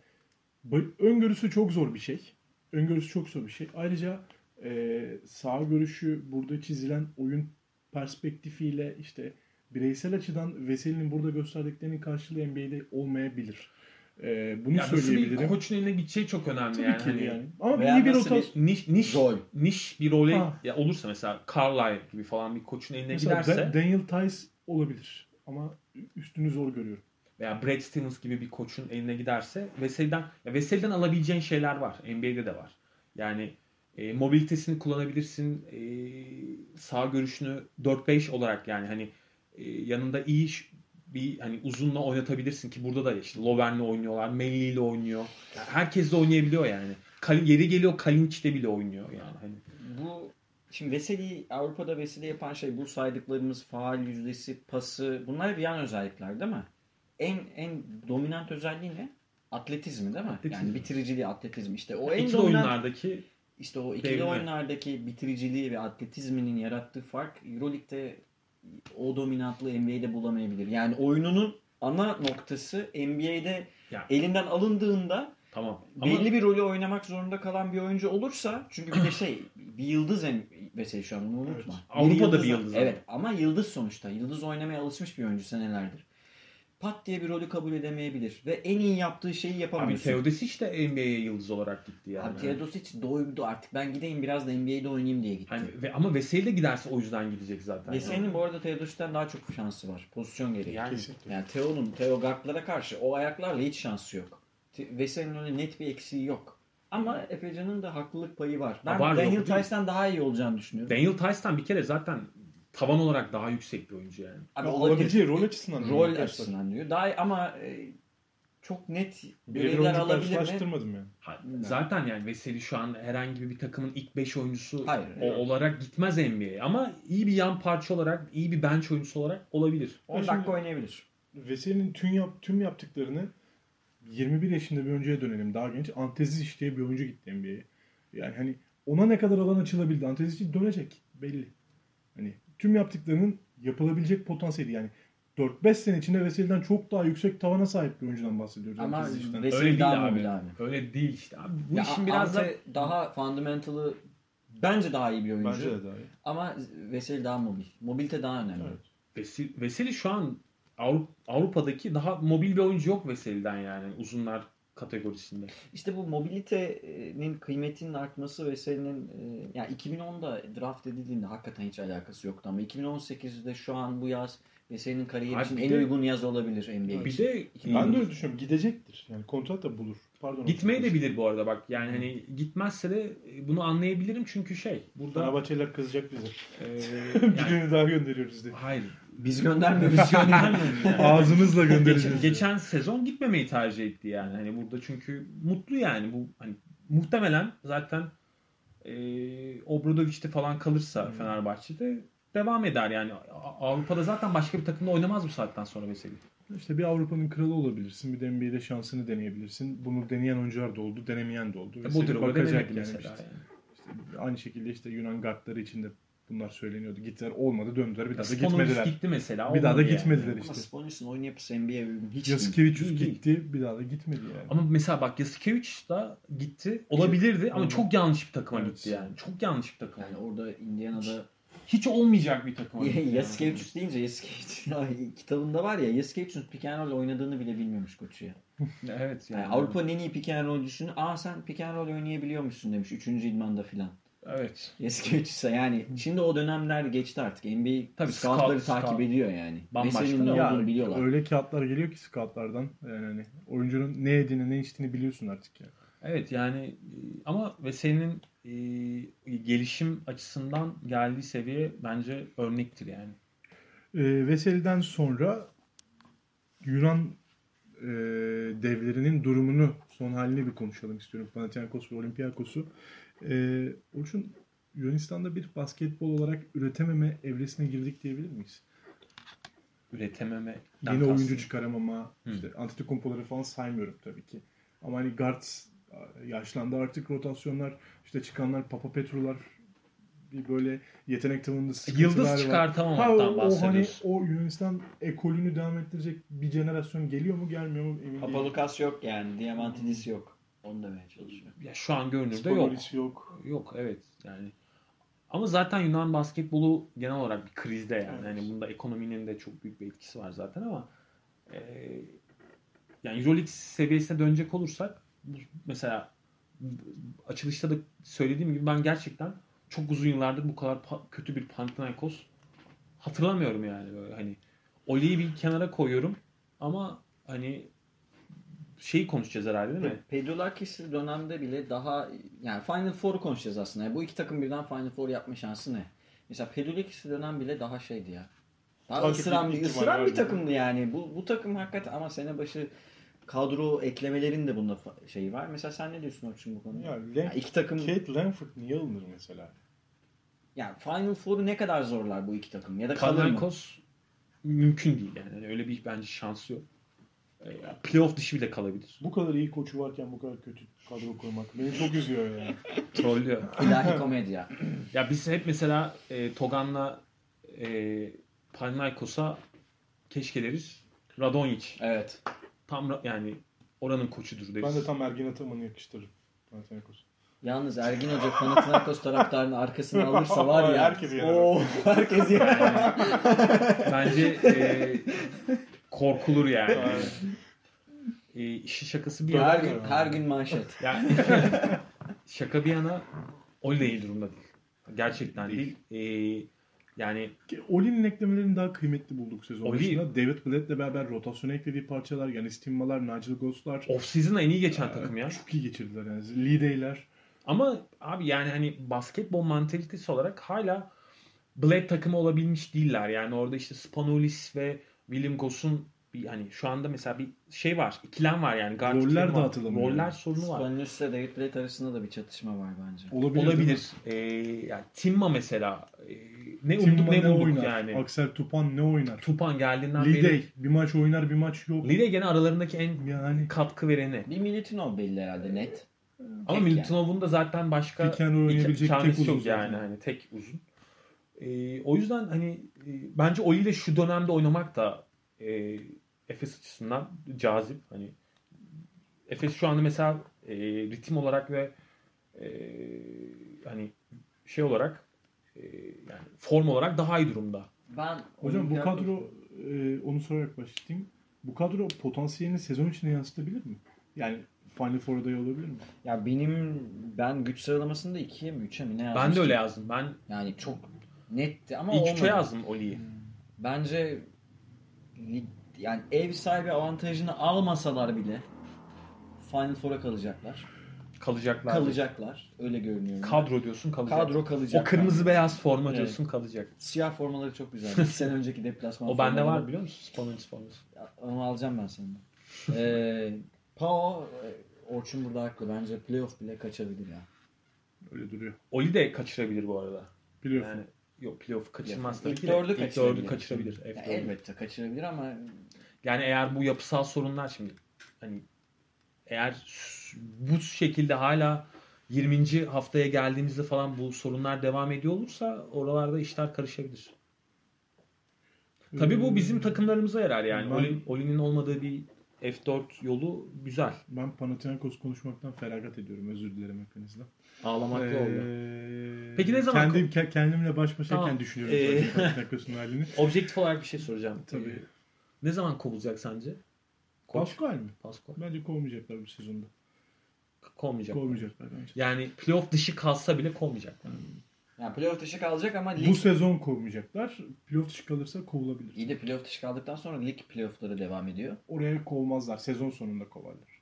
B: ba- öngörüsü çok zor bir şey. Öngörüsü çok zor bir şey. Ayrıca e, sağ görüşü burada çizilen oyun perspektifiyle işte bireysel açıdan Veseli'nin burada gösterdiklerinin karşılığı NBA'de olmayabilir. E, bunu
D: Ya nasıl bir
B: söyleyebilirim.
D: koçun eline gideceği çok önemli
B: Tabii
D: yani.
B: ki
D: Hani
B: yani. Ama
C: Veya
B: iyi bir
C: nasıl
B: rotasyon.
C: bir-
D: Niş, niş,
C: Rol.
D: niş bir role
B: Ha.
D: ya olursa mesela Carlisle gibi falan bir koçun eline
B: Mesela
D: giderse
B: Da- Daniel Tice olabilir. Ama üstünü zor görüyorum.
D: veya Brad Stevens gibi bir koçun eline giderse Veseli'den ya Veseli'den alabileceğin şeyler var. NBA'de de var. Yani e, mobilitesini kullanabilirsin. E, sağ görüşünü 4-5 olarak yani hani e, yanında iyi ş- bir hani uzunla oynatabilirsin ki burada da işte Lovern'le oynuyorlar, Melli ile oynuyor. Yani herkes de oynayabiliyor yani. Kal- yeri geliyor Kalinç'te bile oynuyor yani. Hani
C: Bu şimdi Veseli Avrupa'da Veseli yapan şey bu saydıklarımız faal yüzdesi, pası bunlar hep yan özellikler değil mi? En en dominant özelliği ne? Atletizmi değil mi?
D: Atletizmi.
C: Yani bitiriciliği, atletizm işte o en
D: ikili
C: dominant
D: oyunlardaki
C: işte o ikili
D: Devrimi.
C: oyunlardaki bitiriciliği ve atletizminin yarattığı fark EuroLeague'de o dominantlığı NBA'de bulamayabilir. Yani oyununun ana noktası NBA'de
D: Ya.
C: elinden alındığında
D: Tamam. Ama
C: belli bir rolü oynamak zorunda kalan bir oyuncu olursa çünkü bir de şey bir yıldız en mesela şu an bunu unutma.
D: Evet. Avrupa'da bir
C: yıldız-
D: yıldız
C: Evet ama yıldız sonuçta. Yıldız oynamaya alışmış bir oyuncu senelerdir. Pat diye bir rolü kabul edemeyebilir ve en iyi yaptığı şeyi
D: abi
C: yapamıyorsun. Abi,
D: Teodosic de NBA'ye yıldız olarak gitti yani.
C: Abi Teodosic doydu artık ben gideyim biraz da NBA'de oynayayım diye gitti.
D: Hani ve ama Veseli de giderse o yüzden gidecek zaten.
C: Ve senin bu arada Teodosic'ten daha çok şansı var. Pozisyon gereği.
D: yani
B: Kesinlikle.
C: Yani Teo'nun, Teo Garp'lara karşı o ayaklarla hiç şansı yok. Te- Veseli'nin öyle net bir eksiği yok. Ama Efecan'ın da haklılık payı var. Ben
D: Ha, var,
C: Daniel
D: yok değil.
C: Tice'den daha iyi olacağını düşünüyorum.
D: Daniel Tyson bir kere zaten tavan olarak daha yüksek bir oyuncu yani.
C: Abi
B: Ya
C: olabilir. E, Hmm.
B: Olabileceği rol açısından.
C: Rol
B: Yani
C: açısından diyor. Daha iyi ama e, çok net
B: Birebir
C: görevler
B: oyuncu
C: alabilir mi?
B: karşılaştırmadım yani.
D: Ha-
C: Evet.
D: Zaten yani Veseli şu an herhangi bir takımın ilk 5 oyuncusu
C: Hayır.
D: o
B: Evet.
D: olarak gitmez NBA'ye ama iyi bir yan parça olarak, iyi bir bench oyuncusu olarak olabilir.
C: 10
B: şimdi-
C: dakika oynayabilir.
B: Veseli'nin tüm, yap, tüm yaptıklarını 21 yaşında bir önceye dönelim daha genç. Anteziz diye bir oyuncu gitti NBA'ye. Yani hani ona ne kadar alan açılabildi. Anteziz dönecek belli. Hani tüm yaptıklarının yapılabilecek potansiyeli yani 4-5 sene içinde Veseli'den çok daha yüksek tavana sahip bir oyuncudan bahsediyoruz.
C: Ama
B: Anteziz işten.
D: Öyle
C: Veseli
D: değil
C: daha
D: abi.
C: mobil abi.
D: Öyle değil işte abi. Bu
C: Ya
D: işin biraz da
C: Ante daha fundamental'ı bence daha iyi bir oyuncu.
B: Bence de daha iyi.
C: Ama Veseli daha mobil. Mobilite daha önemli.
B: Evet.
D: Veseli, Veseli şu an Avru- Avrupa'daki daha mobil bir oyuncu yok Veseli'den yani uzunlar kategorisinde.
C: İşte bu mobilitenin kıymetinin artması ve senin e, ya 2010'da draft edildiğinde hakikaten hiç alakası yoktu ama 2018'de şu an bu yaz ve senin kariyer
D: Abi
C: için
D: bir
C: en
D: de-
C: uygun yaz olabilir NBA
D: Bir
C: için.
D: de
B: Ben de öyle düşünüyorum. Gidecektir. Yani kontrat da bulur. Pardon.
D: Gitmeyi de bilir bu arada bak yani hani gitmezse de e, bunu anlayabilirim çünkü şey burada
B: Fenerbahçeliler kızacak bize.
D: e, yani,
B: Birini daha gönderiyoruz diye.
D: hayır
C: Biz göndermiyoruz.
D: göndermiyoruz yani.
E: Ağzımızla
D: Geçen,
E: göndereceğiz.
D: geçen sezon gitmemeyi tercih etti yani hani burada çünkü mutlu yani bu hani muhtemelen zaten e, Obradoviç'te falan kalırsa Fenerbahçe'de devam eder yani A- Avrupa'da zaten başka bir takımda oynamaz bu saatten sonra mesela.
E: İşte bir Avrupa'nın kralı olabilirsin. Bir de NBA'de şansını deneyebilirsin. Bunu deneyen oyuncular da oldu, denemeyen de
B: E,
E: oldu. Ve
D: Bu
E: seni
D: tür
E: bakacak
D: denemek
E: yani
D: mesela.
E: işte.
D: yani.
E: İşte aynı şekilde işte Yunan guardları için de bunlar söyleniyordu. Gittiler olmadı döndüler bir daha da
D: Spanulis
E: gitmediler.
D: gitti mesela.
E: Bir daha da
D: olmadı yani.
E: gitmediler
C: Ama
E: işte.
C: Sponis'in oyun yapısı NBA uygun. Hiç değil.
E: Yasikevicius
D: Değil, değil.
E: gitti bir daha da gitmedi yani.
D: Ama mesela bak Yasikevich da gitti. Olabilirdi ama
E: Evet.
D: çok yanlış bir takıma
E: Evet.
D: gitti yani. Çok yanlış bir takıma.
C: Yani orada Indiana'da
D: hiç olmayacak bir takım.
C: Yasikevicius deyince Yasikevicius Ay, kitabında var ya Yasikevicius'un pick and roll oynadığını bile bilmiyormuş koçu ya.
D: Evet.
C: Yani
D: Yani,
C: Avrupa'nın en iyi pick and rollcüsünü aa sen pick and roll oynayabiliyormuşsun demiş 3. idmanda filan.
D: Evet.
C: Yasikevicius'a yani şimdi o dönemler geçti artık. NBA
D: Tabii,
C: scoutları
D: scout-
C: takip
D: scout.
C: ediyor yani.
D: Bambaşka.
C: Meselenin ne
D: Ya,
C: olduğunu biliyorlar.
B: Öyle kağıtlar geliyor ki scoutlardan. Yani hani oyuncunun ne yediğini ne içtiğini biliyorsun artık yani.
D: Evet yani e, ama ve senin e, gelişim açısından geldiği seviye bence örnektir yani.
B: E, Veseli'den sonra Yunan e, devlerinin durumunu, son halini bir konuşalım istiyorum. Panathinaikos ve Olympiakos'u. E, Orçun, Yunanistan'da bir basketbol olarak üretememe evresine girdik diyebilir miyiz?
D: Üretememe.
B: Yeni oyuncu çıkaramama,
D: Hı.
B: işte Antetokounmpo'ları falan saymıyorum tabii ki. Ama hani guard yaşlandı artık rotasyonlar, işte çıkanlar Papa Petrular bir böyle yetenek tavanında sıkıntılar
D: E, Yıldız
B: var. Ha,
D: çıkartamamaktan
B: o, o hani
D: bahsediyorsun.
B: o Yunanistan ekolünü devam ettirecek bir jenerasyon geliyor mu gelmiyor mu emin değilim.
C: Papalukas yok yani. Diamantidis yok. Onu demeye çalışıyor.
D: Ya şu an görünürde yok.
B: Spanulis yok.
D: Yok evet yani. Ama zaten Yunan basketbolu genel olarak bir krizde yani.
B: Evet.
D: Hani bunda ekonominin de çok büyük bir etkisi var zaten ama e, yani Euroleague seviyesine dönecek olursak bu- mesela bu- açılışta da söylediğim gibi ben gerçekten çok uzun yıllardır bu kadar pa- kötü bir Panathinaikos hatırlamıyorum yani böyle hani Oli'yi bir kenara koyuyorum ama hani şeyi konuşacağız herhalde değil mi?
C: Pedulakis dönemde bile daha yani Final Four'u konuşacağız aslında. Yani bu iki takım birden Final Four yapma şansı ne? Mesela Pedulakis dönem bile daha şeydi ya. Daha
B: Takip
C: ısıran,
B: etme
C: bir,
B: ihtimali
C: ısıran bir
B: vardı.
C: takımdı yani. Bu, bu takım hakikaten ama sene başı kadro eklemelerin de bunda fa- şeyi var. Mesela sen ne diyorsun Orçun bu konuda?
B: Ya,
C: Ya
B: Lan-
C: iki takım
B: Kate Lanford niye alınır mesela?
C: yani Final Four'u ne kadar zorlar bu iki takım ya da kalır mı?
D: Panathinaikos mümkün değil yani. Yani öyle bir bence şansı yok. Ee, ya Playoff dışı bile kalabilir.
B: Bu kadar iyi koçu varken bu kadar kötü kadro kurmak beni çok üzüyor yani.
D: Trollüyor.
C: İlahi komedya.
D: ya biz hep mesela e, Togan'la e, Panathinaikos'a keşke deriz. Radonjic
C: Evet.
D: tam ra- yani oranın koçudur deriz.
B: ben de tam Ergin Ataman'ı yakıştırırım. Panathinaikos.
C: Yalnız Ergin Hoca Panathinaikos taraftarını arkasına alırsa var ya.
B: Herkes yener.
C: Oo, herkes yener.
D: Bence e, korkulur yani. e, işi şakası bir yana.
C: her gün her gün manşet.
D: Yani şaka bir yana Oley iyi durumda değil. Gerçekten değil. Ee, yani
B: Ki Oli'nin eklemelerini daha kıymetli bulduk sezon
D: Oli-
B: başında. David Blatt'le beraber rotasyona eklediği parçalar yani Stimmalar, Nigel Ghost'lar
D: off season'a en iyi geçen takım ya.
B: çok iyi geçirdiler yani. Lidey'ler.
D: Ama abi yani hani basketbol mantalitesi olarak hala Blade takımı olabilmiş değiller. Yani orada işte Spanulis ve William Goss'un bir hani şu anda mesela bir şey var. ikilem var yani. Guard
B: Roller
D: ikilemi var.
B: dağıtılımı
D: Roller
B: yani.
D: sorunu var.
C: Spanulis'le David Blade arasında da bir çatışma var bence.
B: Olabilir. değil mi?
D: Olabilir. Ee, yani Timma mesela ee, ne umduk
B: Timman
D: ne
B: ne
D: bulduk
B: oynar?
D: yani.
B: Aksel Tupan ne oynar?
D: Tupan geldiğinden beri
B: Lidey bir maç oynar bir maç yok.
D: Lide gene aralarındaki en
B: Yani
D: katkı vereni.
C: Bir Militinov belli herhalde net.
D: Ama
C: Tek
D: Milutinov'un da zaten başka
B: Bir kenar oynayabilecek
D: iki- çaresi
B: tek uzun
D: yok yani
B: zaten.
D: hani tek uzun. Ee, o yüzden hani e, bence Oli ile şu dönemde oynamak da e, Efes açısından cazip. Hani Efes şu anda mesela e, ritim olarak ve e, hani şey olarak e, yani form olarak daha iyi durumda.
C: Ben
B: Hocam bu
C: Olympiakos-
B: kadro e, onu sorarak başlayayım. Bu kadro potansiyelini sezon içinde yansıtabilir mi? Yani Final Four adayı olabilir mi?
C: Ya benim ben güç sıralamasında 2'ye mi 3'e mi ne yazmıştım?
D: Ben de öyle yazdım. Ben
C: Yani çok netti ama
D: ilk üçe
C: olmadı. Hmm.
D: yazdım Oli'yi.
C: Bence lig- yani ev sahibi avantajını almasalar bile Final Four'a kalacaklar.
D: Kalacaklar.
C: Kalacaklar. Öyle görünüyor.
D: Kadro diyorsun kalacak.
C: Kadro kalacak.
D: O kırmızı beyaz forma
C: Evet.
D: diyorsun kalacak.
C: Siyah formaları çok güzel. İki sene önceki deplasman
D: O bende
C: formaları-
D: var biliyor musun? Spanulis forması.
C: Onu alacağım ben senden. Ee, Pao, e, Orçun burada haklı. Bence playoff bile kaçabilir ya.
B: Öyle duruyor.
D: Oli de kaçırabilir bu arada.
B: Biliyorsun.
D: Yani yok playoff kaçırmaz
C: İlk
D: tabii ki. de.
C: dördü
D: İlk
C: kaçırabilir.
D: dördü kaçırabilir.
C: Ya
D: Evet, dördü.
C: elbette kaçırabilir ama
D: Yani eğer bu yapısal sorunlar şimdi hani eğer s- bu şekilde hala 20. haftaya geldiğimizde falan bu sorunlar devam ediyor olursa oralarda işler karışabilir.
B: Ee,
D: Hmm. Tabii bu bizim takımlarımıza yarar yani.
B: Ben-
D: Oli- Oli'nin olmadığı bir F4 yolu güzel.
B: Ben Panathinaikos konuşmaktan feragat ediyorum. Özür dilerim hepinizden.
D: Ağlamaklı oldu.
B: Ee,
D: Peki ne zaman-
B: Kendim, ke- kendimle baş başayken
D: Tamam.
B: düşünüyorum
D: Ee,
B: sadece Panathinaikos'un halini.
D: Objektif olarak bir şey soracağım.
B: Tabii.
D: Ee, ne zaman kovulacak sence? Koç.
B: Pascal mi?
D: Pasko.
B: Bence kovmayacaklar bu sezonda.
D: Kovmayacak.
B: Kovmayacaklar bence.
D: Yani playoff dışı kalsa bile kovmayacaklar.
C: Yani playoff dışı kalacak ama lig...
B: Bu sezon kovmayacaklar. Playoff dışı kalırsa kovulabilir.
C: İyi de playoff dışı kaldıktan sonra lig playoffları devam ediyor.
B: Oraya kovmazlar. Sezon sonunda kovarlar.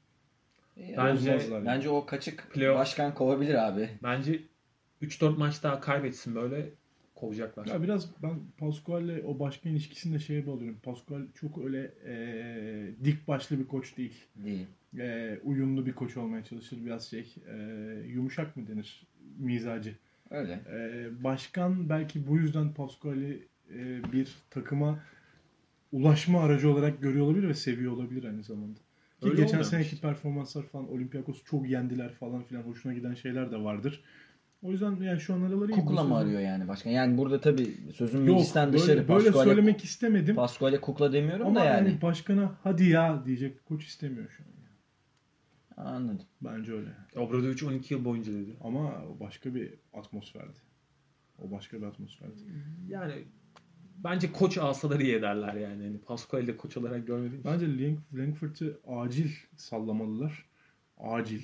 C: İyi,
D: Ben- Bence-
B: Kovmazlar yani.
C: Bence o kaçık
D: Playoff-
C: başkan kovabilir abi.
D: Bence 3-4 maç daha kaybetsin böyle kovacaklar.
B: Ya biraz ben Pascal'le o başka ilişkisini de şeye bağlıyorum. Pascal çok öyle eee, dik başlı bir koç değil.
C: Değil.
B: Eee, uyumlu bir koç olmaya çalışır. Biraz şey eee, yumuşak mı denir mizacı.
C: Öyle.
B: Eee, Ee, başkan belki bu yüzden Pascal'i eee, bir takıma ulaşma aracı olarak görüyor olabilir ve seviyor olabilir aynı zamanda. Ki
D: Öyle
B: geçen
D: oluyormuş.
B: seneki performanslar falan Olympiakos'u çok yendiler falan filan hoşuna giden şeyler de vardır. O yüzden yani şu an araları iyi. Bu
C: Kukla mı
B: sezon-
C: arıyor yani başkan? Yani burada tabii sözüm
B: Yok
C: meclisten
B: böyle,
C: dışarı.
B: böyle
C: Pascual'e-
B: söylemek istemedim.
C: Pascual'e kukla demiyorum
B: Ama hani-
C: da
B: yani.
C: yani.
B: başkana hadi ya diyecek bir koç istemiyor şu an. yani.
C: Anladım.
B: Bence öyle.
D: Obradovic 12 yıl boyunca dedi.
B: Ama o başka bir atmosferdi. O başka bir atmosferdi.
D: Yani bence koç alsaları iyi ederler yani. Hani Pascual'i de koç olarak görmediğim için.
B: Bence Lang- Langford'ı acil sallamalılar. Acil.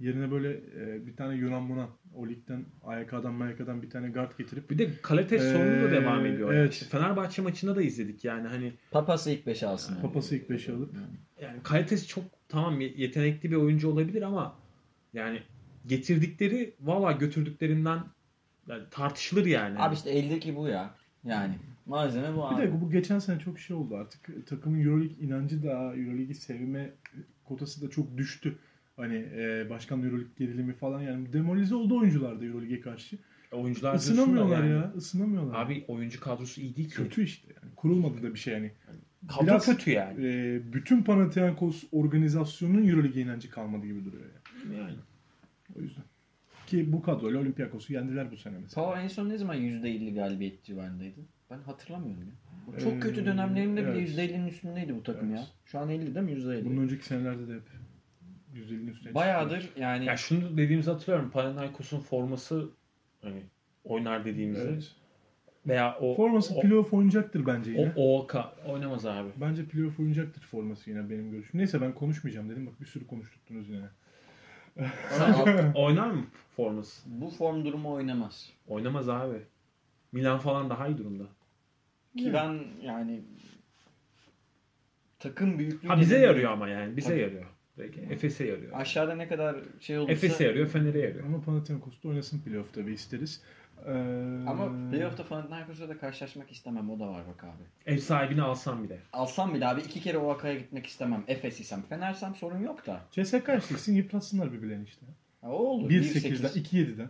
B: Yerine böyle e, bir tane Yunan Munan o ligden AYK'dan MYK'dan bir tane guard getirip
D: Bir de kalite sorunu da
B: Ee,
D: devam ediyor. yani.
B: evet.
D: İşte Fenerbahçe maçında da izledik yani hani
C: Papası ilk 5'e alsın.
B: papası ilk beşe alıp
D: yani kalitesi çok tamam yetenekli bir oyuncu olabilir ama yani getirdikleri valla götürdüklerinden yani tartışılır yani.
C: Abi işte eldeki bu ya. Yani malzeme bu
B: Bir
C: abi.
B: de bu geçen sene çok şey oldu artık. Takımın Euroleague inancı da Euroleague'i sevme kotası da çok düştü. Hani e, başkan Euroleague gerilimi falan yani demolize oldu oyuncular da Euroleague'e karşı.
D: Oyuncular
B: Isınamıyorlar
D: diyorsun da yani.
B: ya, ısınamıyorlar.
D: Abi oyuncu kadrosu iyi değil ki.
B: kötü işte. Yani kurulmadı da bir şey yani.
D: Kadro
B: Biraz-
D: kötü yani.
B: E, bütün Panathinaikos organizasyonunun Euroleague'e inancı kalmadı gibi duruyor yani.
D: yani.
B: O yüzden. Ki bu kadroyla Olympiakos'u yendiler bu sene mesela.
C: Pau en son ne zaman %50 galibiyet civarındaydı? Ben hatırlamıyorum ya. Bu çok
B: Ee,
C: kötü dönemlerinde
B: evet.
C: bile %50'nin üstündeydi bu takım
B: Evet.
C: ya. Şu an 50 değil mi? %50.
B: Bunun önceki senelerde de hep %50'nin üstüne
C: Bayağıdır
B: çıktılar.
C: yani
D: Ya şunu dediğimizi hatırlıyorum. Panathinaikos'un forması hani oynar dediğimizde
B: Evet.
D: veya o
B: Forması
D: o,
B: playoff oynayacaktır bence yine.
D: o, Oka oynamaz abi.
B: Bence playoff oynayacaktır forması yine benim görüşüm. Neyse ben konuşmayacağım dedim. Bak bir sürü konuşturttunuz yine.
D: Sen oynar mı forması?
C: bu form durumu oynamaz.
D: Oynamaz abi. Milan falan daha iyi durumda.
C: Ki ben yani takım büyüklüğü
D: Ha bize
C: nedeniyle
D: yarıyor ama yani. Bize
C: Tabii.
D: yarıyor. Peki, Efes'e yarıyor.
C: Aşağıda ne kadar şey olursa
D: Efes'e yarıyor, Fener'e yarıyor.
B: Ama Panathinaikos'ta oynasın playoff tabii isteriz. Ee,
C: ama playoff'ta Panathinaikos'la da karşılaşmak istemem. O da var bak abi.
D: Ev sahibini alsam bile.
C: Alsam bile abi iki kere o akaya gitmek istemem. Efes isem. Fenersem sorun yok da.
B: CSK eşleşsin yıpratsınlar birbirlerini işte.
C: Ha, o olur.
B: 1-8'den,
C: 1-8.
B: 2-7'den.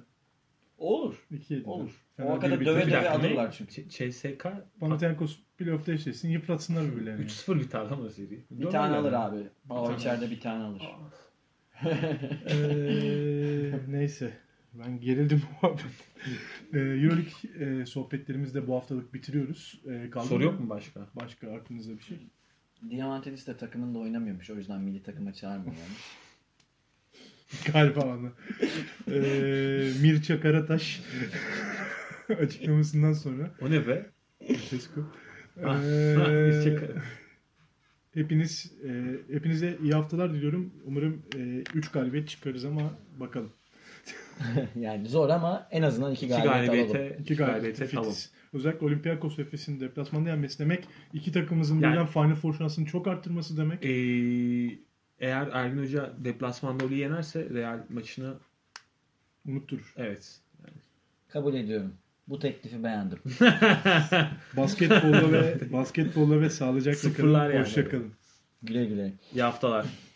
C: Olur.
B: 2-7'den.
C: Olur.
B: Fener
C: O kadar
B: bir
C: döve
B: bitirir.
D: Bir
C: döve
D: dakika, ne?
C: alırlar çünkü.
D: Ç- CSK
B: Panathinaikos playoff'ta eşleşsin yıpratsınlar birbirlerini.
D: 3-0 biter lan o seri.
C: Bir tane alır
D: Dönerler.
C: abi.
D: Bir
C: Baba
D: tane
C: içeride
D: alır.
C: bir tane alır.
D: Aa.
B: Eee, Ee, neyse. Ben gerildim bu muhabbet. Eee Euroleague eee, sohbetlerimizi de bu haftalık bitiriyoruz. Eee, kaldı
D: Soru yok mu başka?
B: Başka aklınızda bir şey?
C: Diamantidis de takımında oynamıyormuş. O yüzden milli takıma çağırmıyorlarmış.
B: Galiba onu. Eee Mirça Karataş açıklamasından sonra
D: O ne be?
B: Sesku.
D: Ha,
B: Eee,
D: biz çakarız.
B: hepiniz eee, hepinize iyi haftalar diliyorum. Umarım 3 galibiyet çıkarız ama bakalım.
C: yani zor ama en azından iki
D: İki
C: galibiyet, alalım.
D: galibiyete,
B: İki
D: iki galibiyete
B: galibiyet
D: tamam.
B: fitiz. Özellikle Olympiakos Efes'in deplasmanda yenmesi demek iki takımımızın
D: Yani-
B: birden Final Four şansını çok arttırması demek.
D: Ee, eğer Ergin Hoca deplasmanda Oli yenerse Real maçını
B: Unutturur.
D: evet.
C: Kabul ediyorum. Bu teklifi beğendim.
B: Basketbolla ve basketbolla ve sağlıcakla
D: Sıfırlar
B: kalın.
D: yani.
B: Hoşça kalın.
C: Güle güle.
D: İyi haftalar.